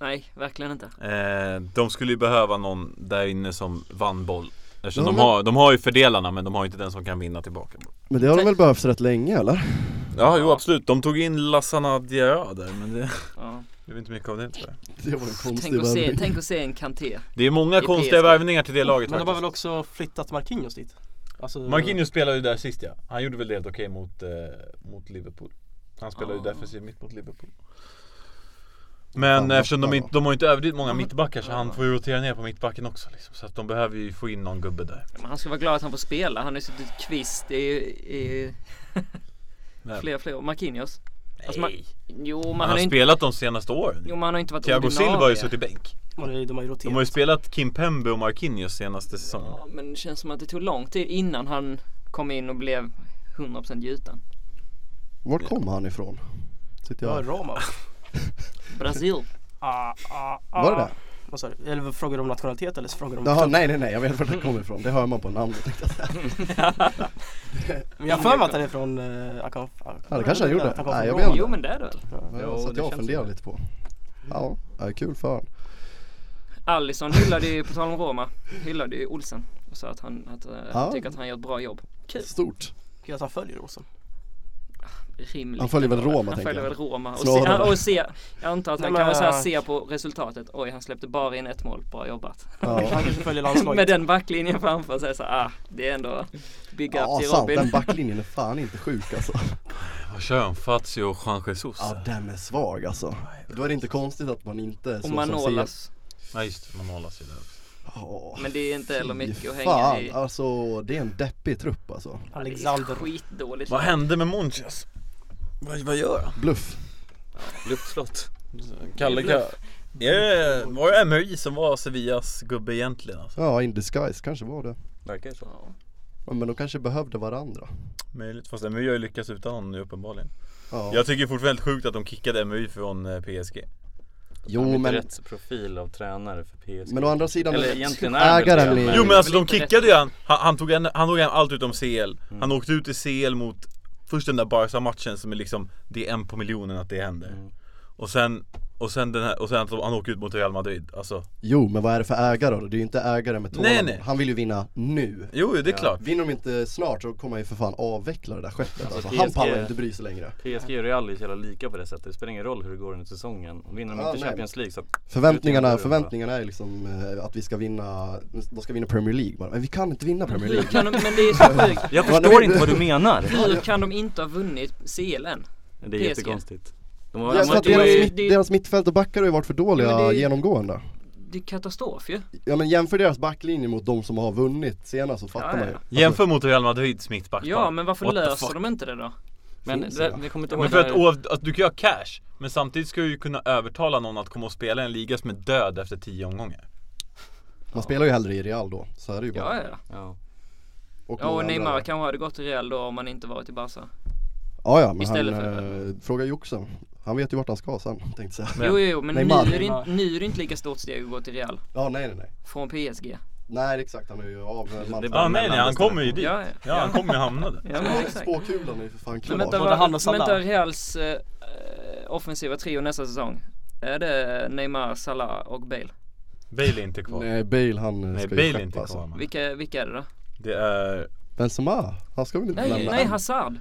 [SPEAKER 3] Nej, verkligen inte.
[SPEAKER 6] Eh, de skulle ju behöva någon där inne som vann boll. Eftersom
[SPEAKER 1] Ja,
[SPEAKER 6] de,
[SPEAKER 1] men-
[SPEAKER 6] har, de har ju fördelarna men de har ju inte den som kan vinna tillbaka.
[SPEAKER 1] Men det har de väl behövt rätt länge eller?
[SPEAKER 6] Ja, jo absolut. De tog in Lassana Diarra där men det
[SPEAKER 3] Ja.
[SPEAKER 6] blev inte mycket av det tyvärr.
[SPEAKER 1] Det var en konstig
[SPEAKER 3] Tänk, att se,
[SPEAKER 1] värvning.
[SPEAKER 3] tänk att se en Kanté.
[SPEAKER 6] Det är många
[SPEAKER 3] I
[SPEAKER 6] konstiga
[SPEAKER 3] PSG.
[SPEAKER 6] värvningar till det laget
[SPEAKER 5] Men de har
[SPEAKER 6] faktiskt.
[SPEAKER 5] väl också flyttat Marquinhos dit? Alltså,
[SPEAKER 6] Marquinhos spelade ju där sist ja. Han gjorde väl det helt okej mot, eh, mot Liverpool. Han spelade ju
[SPEAKER 3] Ja.
[SPEAKER 6] defensiv mitt mot Liverpool.
[SPEAKER 1] Fan,
[SPEAKER 6] Men
[SPEAKER 1] vad
[SPEAKER 6] eftersom de,
[SPEAKER 1] bra.
[SPEAKER 6] inte, de har ju inte överdrivet många
[SPEAKER 3] Ja, men-
[SPEAKER 6] mittbackar så han
[SPEAKER 3] ja.
[SPEAKER 6] får ju rotera ner på mittbacken också liksom. Så att de behöver ju få in någon gubbe där.
[SPEAKER 3] Men han ska vara glad att han får spela. Han har ju suttit kvist i, i
[SPEAKER 6] Men,
[SPEAKER 3] flera, flera år. Marquinhos. Alltså, man-
[SPEAKER 6] nej.
[SPEAKER 3] Jo, men han,
[SPEAKER 6] Han har
[SPEAKER 3] har ju inte,
[SPEAKER 6] spelat de senaste åren.
[SPEAKER 3] jo, men han har inte varit
[SPEAKER 6] Thiago Silva har ju
[SPEAKER 3] ordinarie.
[SPEAKER 6] suttit bänk.
[SPEAKER 5] De har ju- de har ju roterat.
[SPEAKER 6] De har ju spelat Kim Pembe och Marquinhos senaste säsongen.
[SPEAKER 3] Ja, men det känns som att det tog lång tid innan han kom in och blev 100% gjuten.
[SPEAKER 1] Var kom han ifrån? Sitter
[SPEAKER 5] Ja,
[SPEAKER 1] jag...
[SPEAKER 5] Roma.
[SPEAKER 3] Brasil.
[SPEAKER 5] Ah, ah, ah.
[SPEAKER 1] Var det det?
[SPEAKER 5] Vad sa du? Eller frågar du om nationalitet eller frågar du om
[SPEAKER 1] Jaha, nej nej nej, jag vet var det kommer ifrån. Det hör man på namnet tänkte jag säga.
[SPEAKER 5] Men jag har för mig att han är från eh, Akaf.
[SPEAKER 1] Ja, det kanske han gjorde.
[SPEAKER 5] Att han kom
[SPEAKER 1] Nej,
[SPEAKER 5] från
[SPEAKER 1] jag
[SPEAKER 5] Roma.
[SPEAKER 1] vet
[SPEAKER 3] Jo, men det är det väl.
[SPEAKER 1] Ja,
[SPEAKER 4] Jo,
[SPEAKER 1] så att
[SPEAKER 4] det
[SPEAKER 1] jag
[SPEAKER 4] känns
[SPEAKER 1] funderar
[SPEAKER 4] så.
[SPEAKER 1] lite på. Ja, ja, kul för han.
[SPEAKER 3] Alisson hyllade ju, på tal om Roma, hyllade ju Olsen. Och sa att han att, eh,
[SPEAKER 1] Ja.
[SPEAKER 3] tycker att han gör ett bra jobb.
[SPEAKER 1] Stort.
[SPEAKER 5] Kul att han följer Olsen.
[SPEAKER 3] Rimligt.
[SPEAKER 1] Han följer väl Roma,
[SPEAKER 3] Han
[SPEAKER 1] tänker
[SPEAKER 3] följer
[SPEAKER 1] jag.
[SPEAKER 3] väl Roma. Och se,
[SPEAKER 1] Snarare.
[SPEAKER 3] ja, och se, jag antar att han
[SPEAKER 5] Nej, men-
[SPEAKER 3] kan så här se på resultatet. Oj, han släppte bara in ett mål. Bra jobbat.
[SPEAKER 1] Ja,
[SPEAKER 5] Han kanske följer
[SPEAKER 3] Med
[SPEAKER 5] landslaget.
[SPEAKER 3] den backlinjen framför sig så ah, det är ändå big up
[SPEAKER 1] ja
[SPEAKER 3] till
[SPEAKER 1] sant.
[SPEAKER 3] Robin.
[SPEAKER 1] Den backlinjen är fan inte sjuk alltså.
[SPEAKER 6] Vad kör han? Fazio och Juan Jesus?
[SPEAKER 1] Ja, den är svag alltså. Då är det inte konstigt att man inte är så
[SPEAKER 3] Och
[SPEAKER 1] som ser...
[SPEAKER 3] Manolas.
[SPEAKER 6] Nej just det, Manolas är där också.
[SPEAKER 1] Ja,
[SPEAKER 3] Men det är inte heller
[SPEAKER 1] fy
[SPEAKER 3] mycket att hänga
[SPEAKER 1] fan.
[SPEAKER 3] i.
[SPEAKER 1] alltså det är en deppig trupp alltså.
[SPEAKER 5] Alexander.
[SPEAKER 3] Skitdåligt.
[SPEAKER 6] Vad hände med Monchas? Vad, vad gör han?
[SPEAKER 1] Bluff.
[SPEAKER 4] Luftslott.
[SPEAKER 6] Kalle Kalle. Yeah, var det MRI som var Sevillas gubbe egentligen? Alltså?
[SPEAKER 1] Ja, in disguise kanske var det.
[SPEAKER 4] Verkar så.
[SPEAKER 3] Ja.
[SPEAKER 1] Ja, Men de kanske behövde varandra.
[SPEAKER 6] Möjligt, fast MRI har ju lyckats utan honom nu uppenbarligen.
[SPEAKER 1] Ja.
[SPEAKER 6] Jag tycker fortfarande helt sjukt att de kickade MRI från eh, PSG.
[SPEAKER 1] jo men,
[SPEAKER 4] Rätt profil av tränare för PSG.
[SPEAKER 1] men å andra sidan
[SPEAKER 4] Eller egentligen är väl
[SPEAKER 1] ägaren
[SPEAKER 4] det,
[SPEAKER 1] är
[SPEAKER 4] men-
[SPEAKER 6] Jo men alltså
[SPEAKER 3] väl
[SPEAKER 6] de
[SPEAKER 3] inte
[SPEAKER 6] kickade ju han. Han, han tog en, han tog en allt utom CL. Han åkte ut i CL mot först den där Barca-matchen som är liksom, det är en på miljonen att det händer. Och sen, och sen den här, och sen att han åker ut mot Real Madrid. Alltså,
[SPEAKER 1] Jo men vad är det för ägare då? Det är ju inte ägare med tålamod.
[SPEAKER 6] Nej, nej.
[SPEAKER 1] Han vill ju vinna nu.
[SPEAKER 6] jo jo, det är klart.
[SPEAKER 1] Vinner de inte snart så kommer han ju för fan avveckla det där skeppet alltså.
[SPEAKER 4] PSG
[SPEAKER 1] Han pallar ju inte bry sig längre.
[SPEAKER 4] PSG och Real är så jävla lika på det sättet. Det spelar ingen roll hur det går under säsongen. Och vinner de
[SPEAKER 1] Ja,
[SPEAKER 4] inte
[SPEAKER 1] nej.
[SPEAKER 4] Champions League så...
[SPEAKER 1] Förväntningarna,
[SPEAKER 4] Utan-
[SPEAKER 1] förväntningarna är liksom eh, att vi ska vinna, de ska vinna Premier League bara. Men vi kan inte vinna Premier
[SPEAKER 3] Hur
[SPEAKER 1] League.
[SPEAKER 3] kan de, men det är så sjukt.
[SPEAKER 4] Jag
[SPEAKER 1] Ja,
[SPEAKER 4] förstår
[SPEAKER 1] nej.
[SPEAKER 4] inte vad du menar.
[SPEAKER 3] Hur kan de inte ha vunnit CL än?
[SPEAKER 4] Det är
[SPEAKER 3] PSG.
[SPEAKER 4] jättekonstigt. De har,
[SPEAKER 1] Ja,
[SPEAKER 4] de
[SPEAKER 1] för
[SPEAKER 4] har
[SPEAKER 1] att
[SPEAKER 3] det
[SPEAKER 4] inte
[SPEAKER 3] är-
[SPEAKER 1] deras,
[SPEAKER 4] varit-
[SPEAKER 1] mitt, deras mittfält och backar har ju varit för dåliga
[SPEAKER 3] Ja, men det är-
[SPEAKER 1] genomgående.
[SPEAKER 3] Det är katastrof ju.
[SPEAKER 1] Ja men jämför deras backlinje mot de som har vunnit senast så
[SPEAKER 3] Ja,
[SPEAKER 1] fattar
[SPEAKER 3] ja.
[SPEAKER 1] man ju.
[SPEAKER 6] Jämför mot Real Madrids mittback.
[SPEAKER 3] Ja, men varför
[SPEAKER 6] What the
[SPEAKER 3] löser
[SPEAKER 6] fuck?
[SPEAKER 3] de inte det då?
[SPEAKER 4] Men
[SPEAKER 1] finns
[SPEAKER 4] det,
[SPEAKER 1] det.
[SPEAKER 4] vi kommer inte
[SPEAKER 6] Men
[SPEAKER 4] ihåg
[SPEAKER 6] för att,
[SPEAKER 4] när-
[SPEAKER 6] oav- att du kan ju ha cash, men samtidigt ska du ju kunna övertala någon att komma och spela i en liga som är död efter tio omgångar.
[SPEAKER 1] Man spelar ju hellre i Real då, så är det ju bara.
[SPEAKER 3] Ja, ja.
[SPEAKER 4] Ja.
[SPEAKER 3] Ja,
[SPEAKER 1] många
[SPEAKER 3] och
[SPEAKER 1] andra.
[SPEAKER 3] Neymar kanske hade gått till Real då om han inte varit i Barca.
[SPEAKER 1] Ja ja, men
[SPEAKER 3] istället
[SPEAKER 1] han,
[SPEAKER 3] för-
[SPEAKER 1] eh, frågar ju också. Han vet ju vart han ska sen, tänkte jag säga.
[SPEAKER 6] Men-
[SPEAKER 3] Jo, jo, jo, men nu
[SPEAKER 1] Neymar.
[SPEAKER 3] är, det, in- nu är det inte lika stort steg att gå till Real
[SPEAKER 1] Ja nej nej nej.
[SPEAKER 3] från PSG.
[SPEAKER 1] Nej exakt, han är ju av eh, med
[SPEAKER 4] Det är
[SPEAKER 1] matchen.
[SPEAKER 6] Ja
[SPEAKER 4] bara
[SPEAKER 6] nej nej,
[SPEAKER 4] mellan-
[SPEAKER 6] han kommer ju dit.
[SPEAKER 3] Ja,
[SPEAKER 6] Ja,
[SPEAKER 3] ja.
[SPEAKER 6] han kommer ju hamna där.
[SPEAKER 3] Ja, men exakt.
[SPEAKER 1] Spåkulan är ju för fan
[SPEAKER 3] Men
[SPEAKER 1] klar.
[SPEAKER 3] vänta,
[SPEAKER 5] Både han och
[SPEAKER 3] vad,
[SPEAKER 5] Salah.
[SPEAKER 3] vänta Reals eh, offensiva trio nästa säsong. Är det Neymar, Salah och Bale?
[SPEAKER 6] Bale är inte kvar. Nej,
[SPEAKER 1] Nej Bale han eh, ska
[SPEAKER 6] Bale
[SPEAKER 1] ju
[SPEAKER 6] är
[SPEAKER 1] skeppa
[SPEAKER 6] inte kvar.
[SPEAKER 1] alltså.
[SPEAKER 6] man.
[SPEAKER 3] Vilka, vilka är det då?
[SPEAKER 6] Det är,
[SPEAKER 1] Benzema, han ska väl inte
[SPEAKER 3] Nej,
[SPEAKER 1] lämna
[SPEAKER 3] nej
[SPEAKER 1] än?
[SPEAKER 3] Hazard.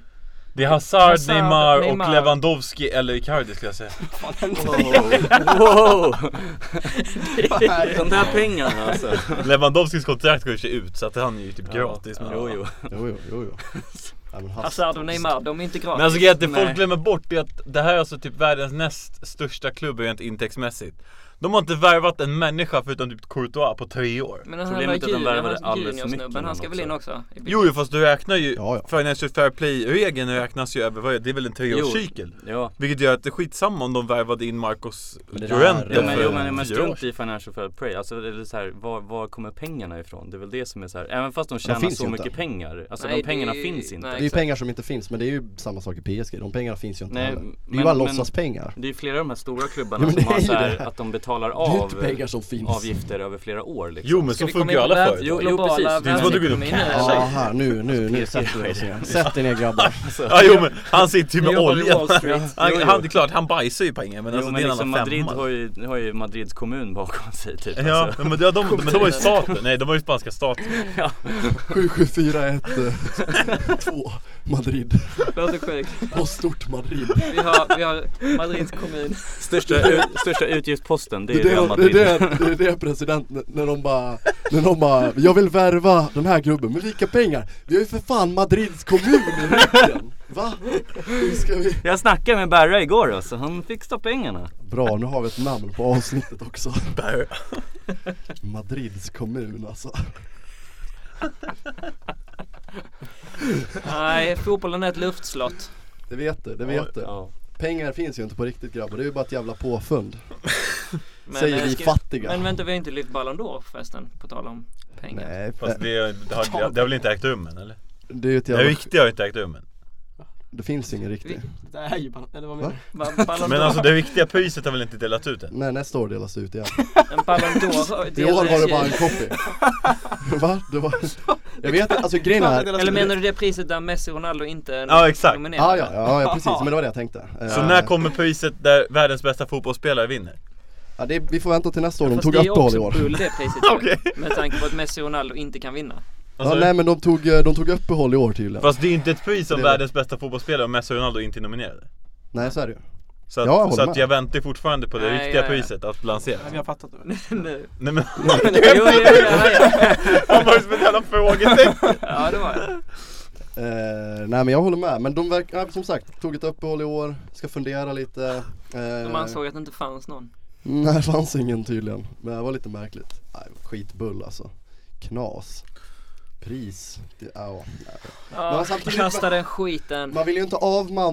[SPEAKER 6] det är Hazard,
[SPEAKER 3] Hazard,
[SPEAKER 6] Neymar,
[SPEAKER 3] Neymar.
[SPEAKER 6] och Lewandowski eller Icardi skulle jag säga.
[SPEAKER 4] Wow! De där pengarna alltså.
[SPEAKER 6] Lewandowskis kontrakt går ju sig ut så att han är ju typ gratis. Men,
[SPEAKER 4] Jo, jo.
[SPEAKER 1] Jo jo, jo jo. Nej,
[SPEAKER 4] Alltså,
[SPEAKER 1] men Hazard.
[SPEAKER 3] Hazard och Neymar, de är inte gratis.
[SPEAKER 6] men alltså grejen är att det
[SPEAKER 4] Nej.
[SPEAKER 6] folk glömmer bort är att det här är alltså typ världens näst största klubb rent intäktsmässigt. De har inte värvat en människa förutom typ Courtois på tre år.
[SPEAKER 3] men den här
[SPEAKER 4] Problemet är att de
[SPEAKER 3] junior-
[SPEAKER 4] värvade
[SPEAKER 3] han-
[SPEAKER 4] alldeles för mycket
[SPEAKER 3] juniorsnubben, Han ska väl in
[SPEAKER 4] innan
[SPEAKER 3] också?
[SPEAKER 6] Jo, jo fast du räknar ju,
[SPEAKER 1] Ja, ja.
[SPEAKER 6] Financial Fair Play-regeln räknas ju över, vad är det? det är väl en treårscykel?
[SPEAKER 4] Ja.
[SPEAKER 6] Vilket gör att det är skitsamma om de värvade in Marcos
[SPEAKER 1] Men det där-
[SPEAKER 6] Llorente
[SPEAKER 4] Jo men,
[SPEAKER 1] för
[SPEAKER 4] jo, men, men
[SPEAKER 6] fyra år
[SPEAKER 4] strunt i Financial Fair Play, alltså det är så här, var, var kommer pengarna ifrån? Det är väl det som är så här. även fast de tjänar
[SPEAKER 1] finns
[SPEAKER 4] så
[SPEAKER 1] ju inte.
[SPEAKER 4] mycket pengar, alltså
[SPEAKER 3] Nej,
[SPEAKER 4] de pengarna
[SPEAKER 3] det-
[SPEAKER 4] finns inte
[SPEAKER 1] Det
[SPEAKER 3] nej.
[SPEAKER 1] är ju pengar som inte finns, men det är ju samma sak i PSG, de pengarna finns ju inte
[SPEAKER 4] Nej,
[SPEAKER 1] heller. Det är ju
[SPEAKER 4] men-
[SPEAKER 1] bara
[SPEAKER 4] men-
[SPEAKER 1] låtsaspengar.
[SPEAKER 4] Det är ju flera av de här stora
[SPEAKER 1] Jo,
[SPEAKER 4] klubbarna
[SPEAKER 1] men
[SPEAKER 4] som
[SPEAKER 1] det är
[SPEAKER 4] har
[SPEAKER 1] ju
[SPEAKER 4] så här,
[SPEAKER 1] det.
[SPEAKER 4] att de betalar
[SPEAKER 1] Det är ju
[SPEAKER 4] av
[SPEAKER 1] inte pengar som finns.
[SPEAKER 4] avgifter över flera år liksom.
[SPEAKER 6] Jo men
[SPEAKER 3] Ska
[SPEAKER 6] så
[SPEAKER 3] vi komma
[SPEAKER 6] funkar
[SPEAKER 3] in
[SPEAKER 6] ju
[SPEAKER 3] på
[SPEAKER 6] alla
[SPEAKER 3] värld-
[SPEAKER 6] företag.
[SPEAKER 4] Jo, jo,
[SPEAKER 3] globala
[SPEAKER 4] precis.
[SPEAKER 6] Det är inte som att du går in och
[SPEAKER 3] världsekonomin nu,
[SPEAKER 1] Ja,
[SPEAKER 3] eller?
[SPEAKER 1] här, nu, nu, nu
[SPEAKER 4] Alltså,
[SPEAKER 1] sätter vi oss igen. Sätt er ner grabbar.
[SPEAKER 6] Ja jo men han sitter ju
[SPEAKER 3] Nu
[SPEAKER 6] med
[SPEAKER 3] jobbar vi
[SPEAKER 6] oljan.
[SPEAKER 3] Wall Street.
[SPEAKER 6] Han,
[SPEAKER 4] Jo, jo.
[SPEAKER 6] han, det är klart, han bajsar ju pengar men
[SPEAKER 4] Jo,
[SPEAKER 6] alltså
[SPEAKER 4] men
[SPEAKER 6] det är en
[SPEAKER 4] liksom
[SPEAKER 6] annan
[SPEAKER 4] Madrid
[SPEAKER 6] femma.
[SPEAKER 4] har ju, har ju Madrids kommun bakom sig typ.
[SPEAKER 6] Ja,
[SPEAKER 4] alltså.
[SPEAKER 6] men, de, de, men de var ju staten, nej de var ju spanska staten.
[SPEAKER 1] 77412 eh, Madrid.
[SPEAKER 3] Låter sjukt.
[SPEAKER 1] Postort Madrid.
[SPEAKER 3] Vi har, vi har Madrids kommun.
[SPEAKER 4] Största, u- största utgiftsposten det är
[SPEAKER 1] Det är
[SPEAKER 4] Real
[SPEAKER 1] det,
[SPEAKER 4] Madrid.
[SPEAKER 1] det, är det, det, är det presidenten, när de bara, när de bara, jag vill värva den här gubben med vilka pengar? Vi har ju för fan Madrids kommun i ryggen. Va? Hur ska vi?
[SPEAKER 4] Jag snackade med Berra igår alltså, han fixar pengarna.
[SPEAKER 1] Bra, nu har vi ett namn på avsnittet också. Madrids kommun alltså.
[SPEAKER 3] Nej, fotbollen är ett luftslott.
[SPEAKER 1] Det vet du, det vet du.
[SPEAKER 4] Ja.
[SPEAKER 1] Pengar finns ju inte på riktigt grabbar, det är ju bara ett jävla påfund.
[SPEAKER 3] Men,
[SPEAKER 1] Säger
[SPEAKER 3] eh,
[SPEAKER 1] vi
[SPEAKER 3] ska-
[SPEAKER 1] fattiga.
[SPEAKER 3] Men vänta, vi har inte lyft Ballon d'Or förresten, på tal om pengar.
[SPEAKER 1] Nej,
[SPEAKER 6] Fast det, det, har, det har väl inte ägt rum än eller?
[SPEAKER 1] det är ju ett
[SPEAKER 6] Det
[SPEAKER 1] jävla,
[SPEAKER 6] viktiga har ju inte ägt rum än.
[SPEAKER 1] det finns ju ingen riktig.
[SPEAKER 5] Det är ju bara, eller vad menar du?
[SPEAKER 3] Ba- Ballon
[SPEAKER 6] Men
[SPEAKER 3] d'Or,
[SPEAKER 6] alltså det viktiga priset har väl inte delats ut än?
[SPEAKER 1] Nej, nästa år delas det ut igen.
[SPEAKER 3] en Ballon d'Or
[SPEAKER 1] I år var det bara en copy. Va? Det var... Jag vet inte, alltså grejen är...
[SPEAKER 5] Klart att
[SPEAKER 3] Eller menar du det priset där Messi och Ronaldo inte är
[SPEAKER 6] Ja, exakt.
[SPEAKER 3] nominerade?
[SPEAKER 1] Ah, ja, ja, ja, precis, men det var det jag tänkte.
[SPEAKER 6] Så
[SPEAKER 1] Eh,
[SPEAKER 6] när kommer priset där världens bästa fotbollsspelare vinner?
[SPEAKER 1] Eh, ja, det, vi får vänta till nästa år, de
[SPEAKER 3] Fast
[SPEAKER 1] tog
[SPEAKER 3] det är ju
[SPEAKER 1] uppehåll i
[SPEAKER 3] också
[SPEAKER 1] år.
[SPEAKER 3] bull det priset
[SPEAKER 6] Okej.
[SPEAKER 3] Med tanke på att Messi och Ronaldo inte kan vinna.
[SPEAKER 1] Ja, nej men de tog, eh, de tog uppehåll i år tydligen.
[SPEAKER 6] Alltså, Fast det är ju inte ett pris som
[SPEAKER 1] Det är-
[SPEAKER 6] världens bästa fotbollsspelare om Messi och Ronaldo inte är nominerade.
[SPEAKER 1] Nej så är det ju.
[SPEAKER 6] Så,
[SPEAKER 1] Ja, jag
[SPEAKER 6] att,
[SPEAKER 1] håller
[SPEAKER 6] så
[SPEAKER 1] med.
[SPEAKER 6] att jag väntar ju fortfarande på det
[SPEAKER 3] Nej,
[SPEAKER 6] riktiga
[SPEAKER 3] ja, ja.
[SPEAKER 6] priset att lanseras.
[SPEAKER 5] Nej, vi har fattat det.
[SPEAKER 3] nu.
[SPEAKER 6] Nej men
[SPEAKER 3] jo, jo, jo, jo.
[SPEAKER 6] han var ju som ett jävla frågetecken!
[SPEAKER 3] Ja, det var det.
[SPEAKER 1] Eh, nej men jag håller med, men de verkar, ja, som sagt, tog ett uppehåll i år, ska fundera lite.
[SPEAKER 3] De
[SPEAKER 1] Eh,
[SPEAKER 3] ansåg att det inte fanns någon.
[SPEAKER 1] nej det fanns ingen tydligen, men det var lite märkligt. Nej, skitbull alltså. Knas. Pris. Det, ja, nej.
[SPEAKER 3] Ja,
[SPEAKER 1] Men samtidigt-
[SPEAKER 3] kasta den skiten.
[SPEAKER 1] Man vill ju inte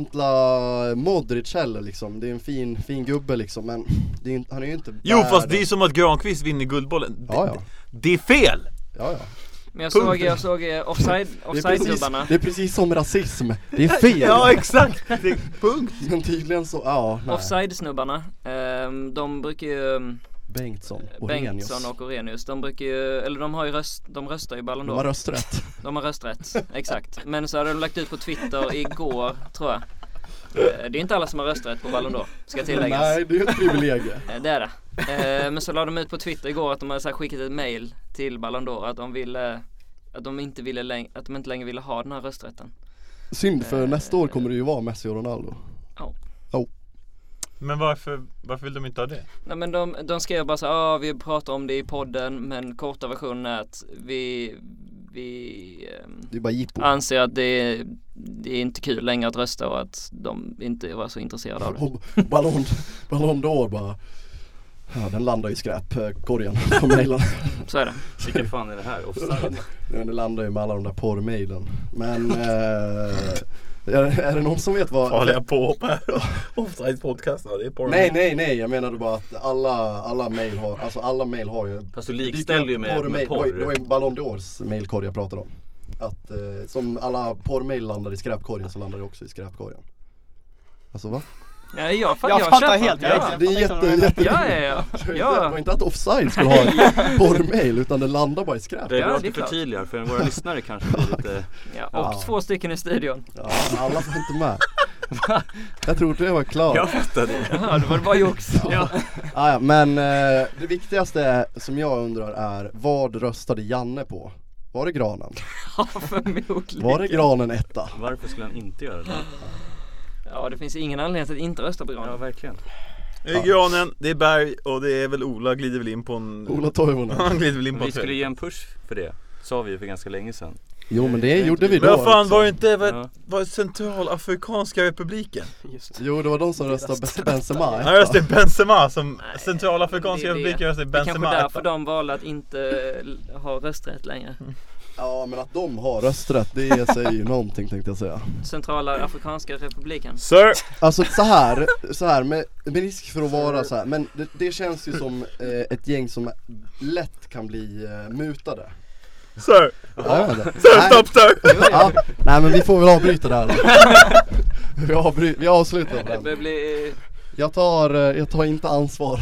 [SPEAKER 1] avmantla Modric heller liksom, det är en fin, fin gubbe liksom men det är, inte- han är ju inte
[SPEAKER 6] Jo fast
[SPEAKER 1] världens-
[SPEAKER 6] det är som att Granqvist vinner Guldbollen. Det,
[SPEAKER 1] Ja ja,
[SPEAKER 6] det är fel!
[SPEAKER 1] ja, ja.
[SPEAKER 3] Men jag såg, jag såg eh, offside,
[SPEAKER 1] Det, är precis,
[SPEAKER 3] offside-gubbarna.
[SPEAKER 1] det är precis som rasism, det är fel!
[SPEAKER 6] Ja exakt! Det, punkt!
[SPEAKER 1] Men tydligen så, ja, nej.
[SPEAKER 3] Offside-snubbarna, ehm, de brukar ju, ehm,
[SPEAKER 1] Bengtsson, Orenius.
[SPEAKER 3] Bengtsson och Orenius, de brukar ju, eller de har ju röst, de röstar ju Ballon
[SPEAKER 1] De har
[SPEAKER 3] d'Or.
[SPEAKER 1] rösträtt.
[SPEAKER 3] De har rösträtt, exakt. Men så hade de lagt ut på Twitter igår, tror jag. Eh, Det är inte alla som har rösträtt på Ballon d'Or, ska tilläggas.
[SPEAKER 1] Nej, det är ju ett privilegium.
[SPEAKER 3] Eh, Det är det. Eh, Men så la de ut på Twitter igår att de hade så här skickat ett mail till Ballon d'Or att de ville att de inte ville läng- att de inte längre ville ha den här rösträtten.
[SPEAKER 1] Synd för nästa år kommer det ju vara Messi och Ronaldo.
[SPEAKER 6] Men varför, varför vill de inte ha det?
[SPEAKER 3] Nej men de, de skrev bara så här, ah, vi pratar om det i podden men korta versionen är att vi, vi ehm,
[SPEAKER 1] Det är bara jippo.
[SPEAKER 3] anser att det är, det är inte kul längre att rösta och att de inte var så intresserade av det.
[SPEAKER 1] Och Ballon, Ballon d'Or bara. Ja, den landar i skräpkorgen på mejlen.
[SPEAKER 3] Så är det.
[SPEAKER 4] Vilken fan är det här? Offside?
[SPEAKER 1] Ja, Den landar ju med alla de där porrmejlen. Men eh, är, är det någon som vet vad?
[SPEAKER 6] Farliga påhopp här. Offside podcast, ja det är porr.
[SPEAKER 1] Nej, nej, nej. Jag menade bara att alla, alla mejl har, alltså alla mejl har ju
[SPEAKER 4] Fast du likställer ju med, med
[SPEAKER 1] porrmail. Det var
[SPEAKER 4] porr.
[SPEAKER 1] ju Ballon d'Ors mailkorg jag pratade om. Att eh, som alla porrmail landar i skräpkorgen så landar det också i skräpkorgen. Alltså va?
[SPEAKER 3] Ja, jag, fan,
[SPEAKER 5] Jag
[SPEAKER 3] jag
[SPEAKER 5] fattar
[SPEAKER 3] köper.
[SPEAKER 5] helt, jag
[SPEAKER 3] ja.
[SPEAKER 5] fattar
[SPEAKER 1] Det är
[SPEAKER 5] inte vad du
[SPEAKER 1] jätte,
[SPEAKER 5] menar.
[SPEAKER 1] jätte...
[SPEAKER 3] Ja, ja, ja.
[SPEAKER 1] Det var
[SPEAKER 3] ja.
[SPEAKER 1] inte att offside skulle ha en porrmail utan den landar bara i skräp.
[SPEAKER 4] Det är
[SPEAKER 3] Ja,
[SPEAKER 4] bra att
[SPEAKER 3] det är
[SPEAKER 4] du
[SPEAKER 3] klart.
[SPEAKER 4] förtydligar för våra lyssnare kanske blir lite
[SPEAKER 3] ja.
[SPEAKER 1] Ja.
[SPEAKER 3] Och två stycken i studion.
[SPEAKER 1] Ja, alla får inte med. Jag trodde jag var klar.
[SPEAKER 4] Jag fattade
[SPEAKER 3] Ja, det var bara jox. Ja.
[SPEAKER 1] Ah, ja, men eh, det viktigaste som jag undrar är vad röstade Janne på? Var det granen?
[SPEAKER 3] Ja, förmodligen.
[SPEAKER 1] Var det granen etta?
[SPEAKER 4] Varför skulle han inte göra det?
[SPEAKER 3] Ja, det finns ingen anledning till att inte rösta på
[SPEAKER 4] Ja
[SPEAKER 3] Gran.
[SPEAKER 4] verkligen
[SPEAKER 6] Det är granen, det är berg och det är väl Ola glider väl in på en...
[SPEAKER 1] Ola Toivonen.
[SPEAKER 6] Han glider väl in på en
[SPEAKER 4] Vi skulle
[SPEAKER 6] träd.
[SPEAKER 4] ge en push för det Sa vi ju för ganska länge sedan
[SPEAKER 1] Jo men det gjorde vi då.
[SPEAKER 6] Men vad fan
[SPEAKER 1] också.
[SPEAKER 6] var det inte, var,
[SPEAKER 4] Ja.
[SPEAKER 6] var det Centralafrikanska republiken?
[SPEAKER 5] Just
[SPEAKER 1] Jo det var de som röstade Benzema
[SPEAKER 6] Han röstade Benzema som,
[SPEAKER 3] Nej,
[SPEAKER 6] Centralafrikanska
[SPEAKER 3] det är det.
[SPEAKER 6] republiken röstade
[SPEAKER 3] Det är kanske
[SPEAKER 6] Benzema
[SPEAKER 3] därför
[SPEAKER 6] etta.
[SPEAKER 3] de valde att inte l- ha rösträtt längre.
[SPEAKER 1] Ja men att de har rösträtt det säger ju någonting tänkte jag säga.
[SPEAKER 3] Centrala Afrikanska Republiken.
[SPEAKER 6] Sir!
[SPEAKER 1] Alltså så här, så här med, med risk för att vara så här, men det, det känns ju som eh, ett gäng som lätt kan bli eh, mutade.
[SPEAKER 6] Sir!
[SPEAKER 1] Ja, jag vet inte.
[SPEAKER 6] Sir,
[SPEAKER 1] Nej,
[SPEAKER 6] stopp sir!
[SPEAKER 1] ja, nej men vi får väl avbryta det här vi, avbry- vi avslutar på
[SPEAKER 3] Det
[SPEAKER 1] den.
[SPEAKER 3] börjar bli...
[SPEAKER 1] Jag tar, eh, jag tar inte ansvar.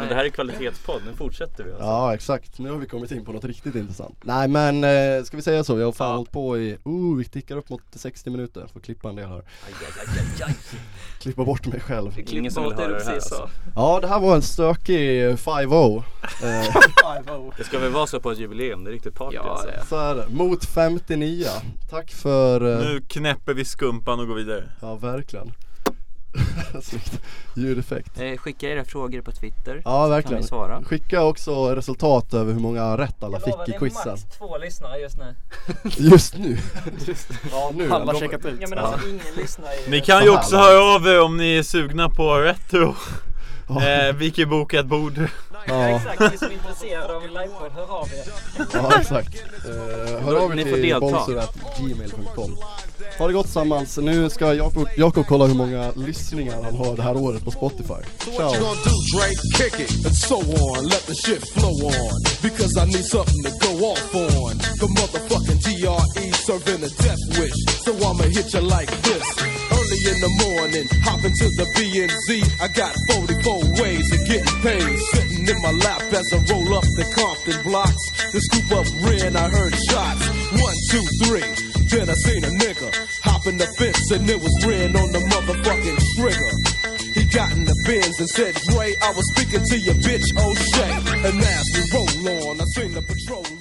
[SPEAKER 4] Men det här är kvalitetspodd, nu fortsätter vi alltså.
[SPEAKER 1] Ja exakt, nu har vi kommit in på något riktigt intressant Nej men eh, ska vi säga så, vi har fan
[SPEAKER 4] Ja.
[SPEAKER 1] hållit på i, oh vi tickar upp mot 60 minuter, får klippa en del här
[SPEAKER 4] Aj, aj, aj, aj,
[SPEAKER 1] Klippa bort mig själv
[SPEAKER 3] Vi klipper
[SPEAKER 4] Ingen som vill
[SPEAKER 3] bort det
[SPEAKER 4] höra
[SPEAKER 3] du
[SPEAKER 4] det här, alltså.
[SPEAKER 3] precis sa.
[SPEAKER 1] Ja det här var en stökig 5-0 eh,
[SPEAKER 4] Det ska väl vara så på ett jubileum, det är riktigt party
[SPEAKER 3] Ja,
[SPEAKER 4] alltså.
[SPEAKER 3] det.
[SPEAKER 1] Så är det, mot 59 Tack för, eh,
[SPEAKER 6] Nu knäpper vi skumpan och går vidare.
[SPEAKER 1] ja verkligen Snyggt, ljudeffekt
[SPEAKER 2] Eh, skicka era frågor på Twitter.
[SPEAKER 1] Ja
[SPEAKER 2] Kan
[SPEAKER 1] verkligen
[SPEAKER 2] vi svara.
[SPEAKER 1] Skicka också resultat över hur många rätt alla fick i quizen
[SPEAKER 3] max två lyssnare just nu.
[SPEAKER 1] Just nu Ja nu
[SPEAKER 5] Alla
[SPEAKER 1] de-
[SPEAKER 5] checkat ut.
[SPEAKER 3] Ja men alltså ingen lyssnar ju.
[SPEAKER 6] Ni kan
[SPEAKER 1] Så
[SPEAKER 6] ju
[SPEAKER 1] här
[SPEAKER 6] också
[SPEAKER 1] långt.
[SPEAKER 6] höra av er om ni är sugna på retro.
[SPEAKER 1] Ja.
[SPEAKER 6] Eh, vi kan ju boka ett bord.
[SPEAKER 1] Ja.
[SPEAKER 3] Exakt, ni som är intresserade av en livepodd, hör av er.
[SPEAKER 1] Ja exakt. Eh, hör av er
[SPEAKER 4] Ni får delta.
[SPEAKER 1] till bonzo.gmail.com Ha det gott tillsammans. Nu ska Jakob, Jakob kolla hur många lyssningar han har det här året på Spotify. Ciao.
[SPEAKER 7] What you gonna do, Drake? Kick it and so on. Let the shit flow on because I need something to go off on. The motherfucking DRE serving a death wish, so I'ma hit you like this. Early in the morning, hop into the BNZ. I got 44 ways of getting paid. Sitting in my lap as I roll up the Compton blocks. The scoop up ran, I heard shots. One, two, three. Then I seen a nigga hopping the fence and it was red on the motherfucking trigger. He got in the bins and said, Dre, I was speaking to your bitch O'Shea. And as we roll on, I seen the patrol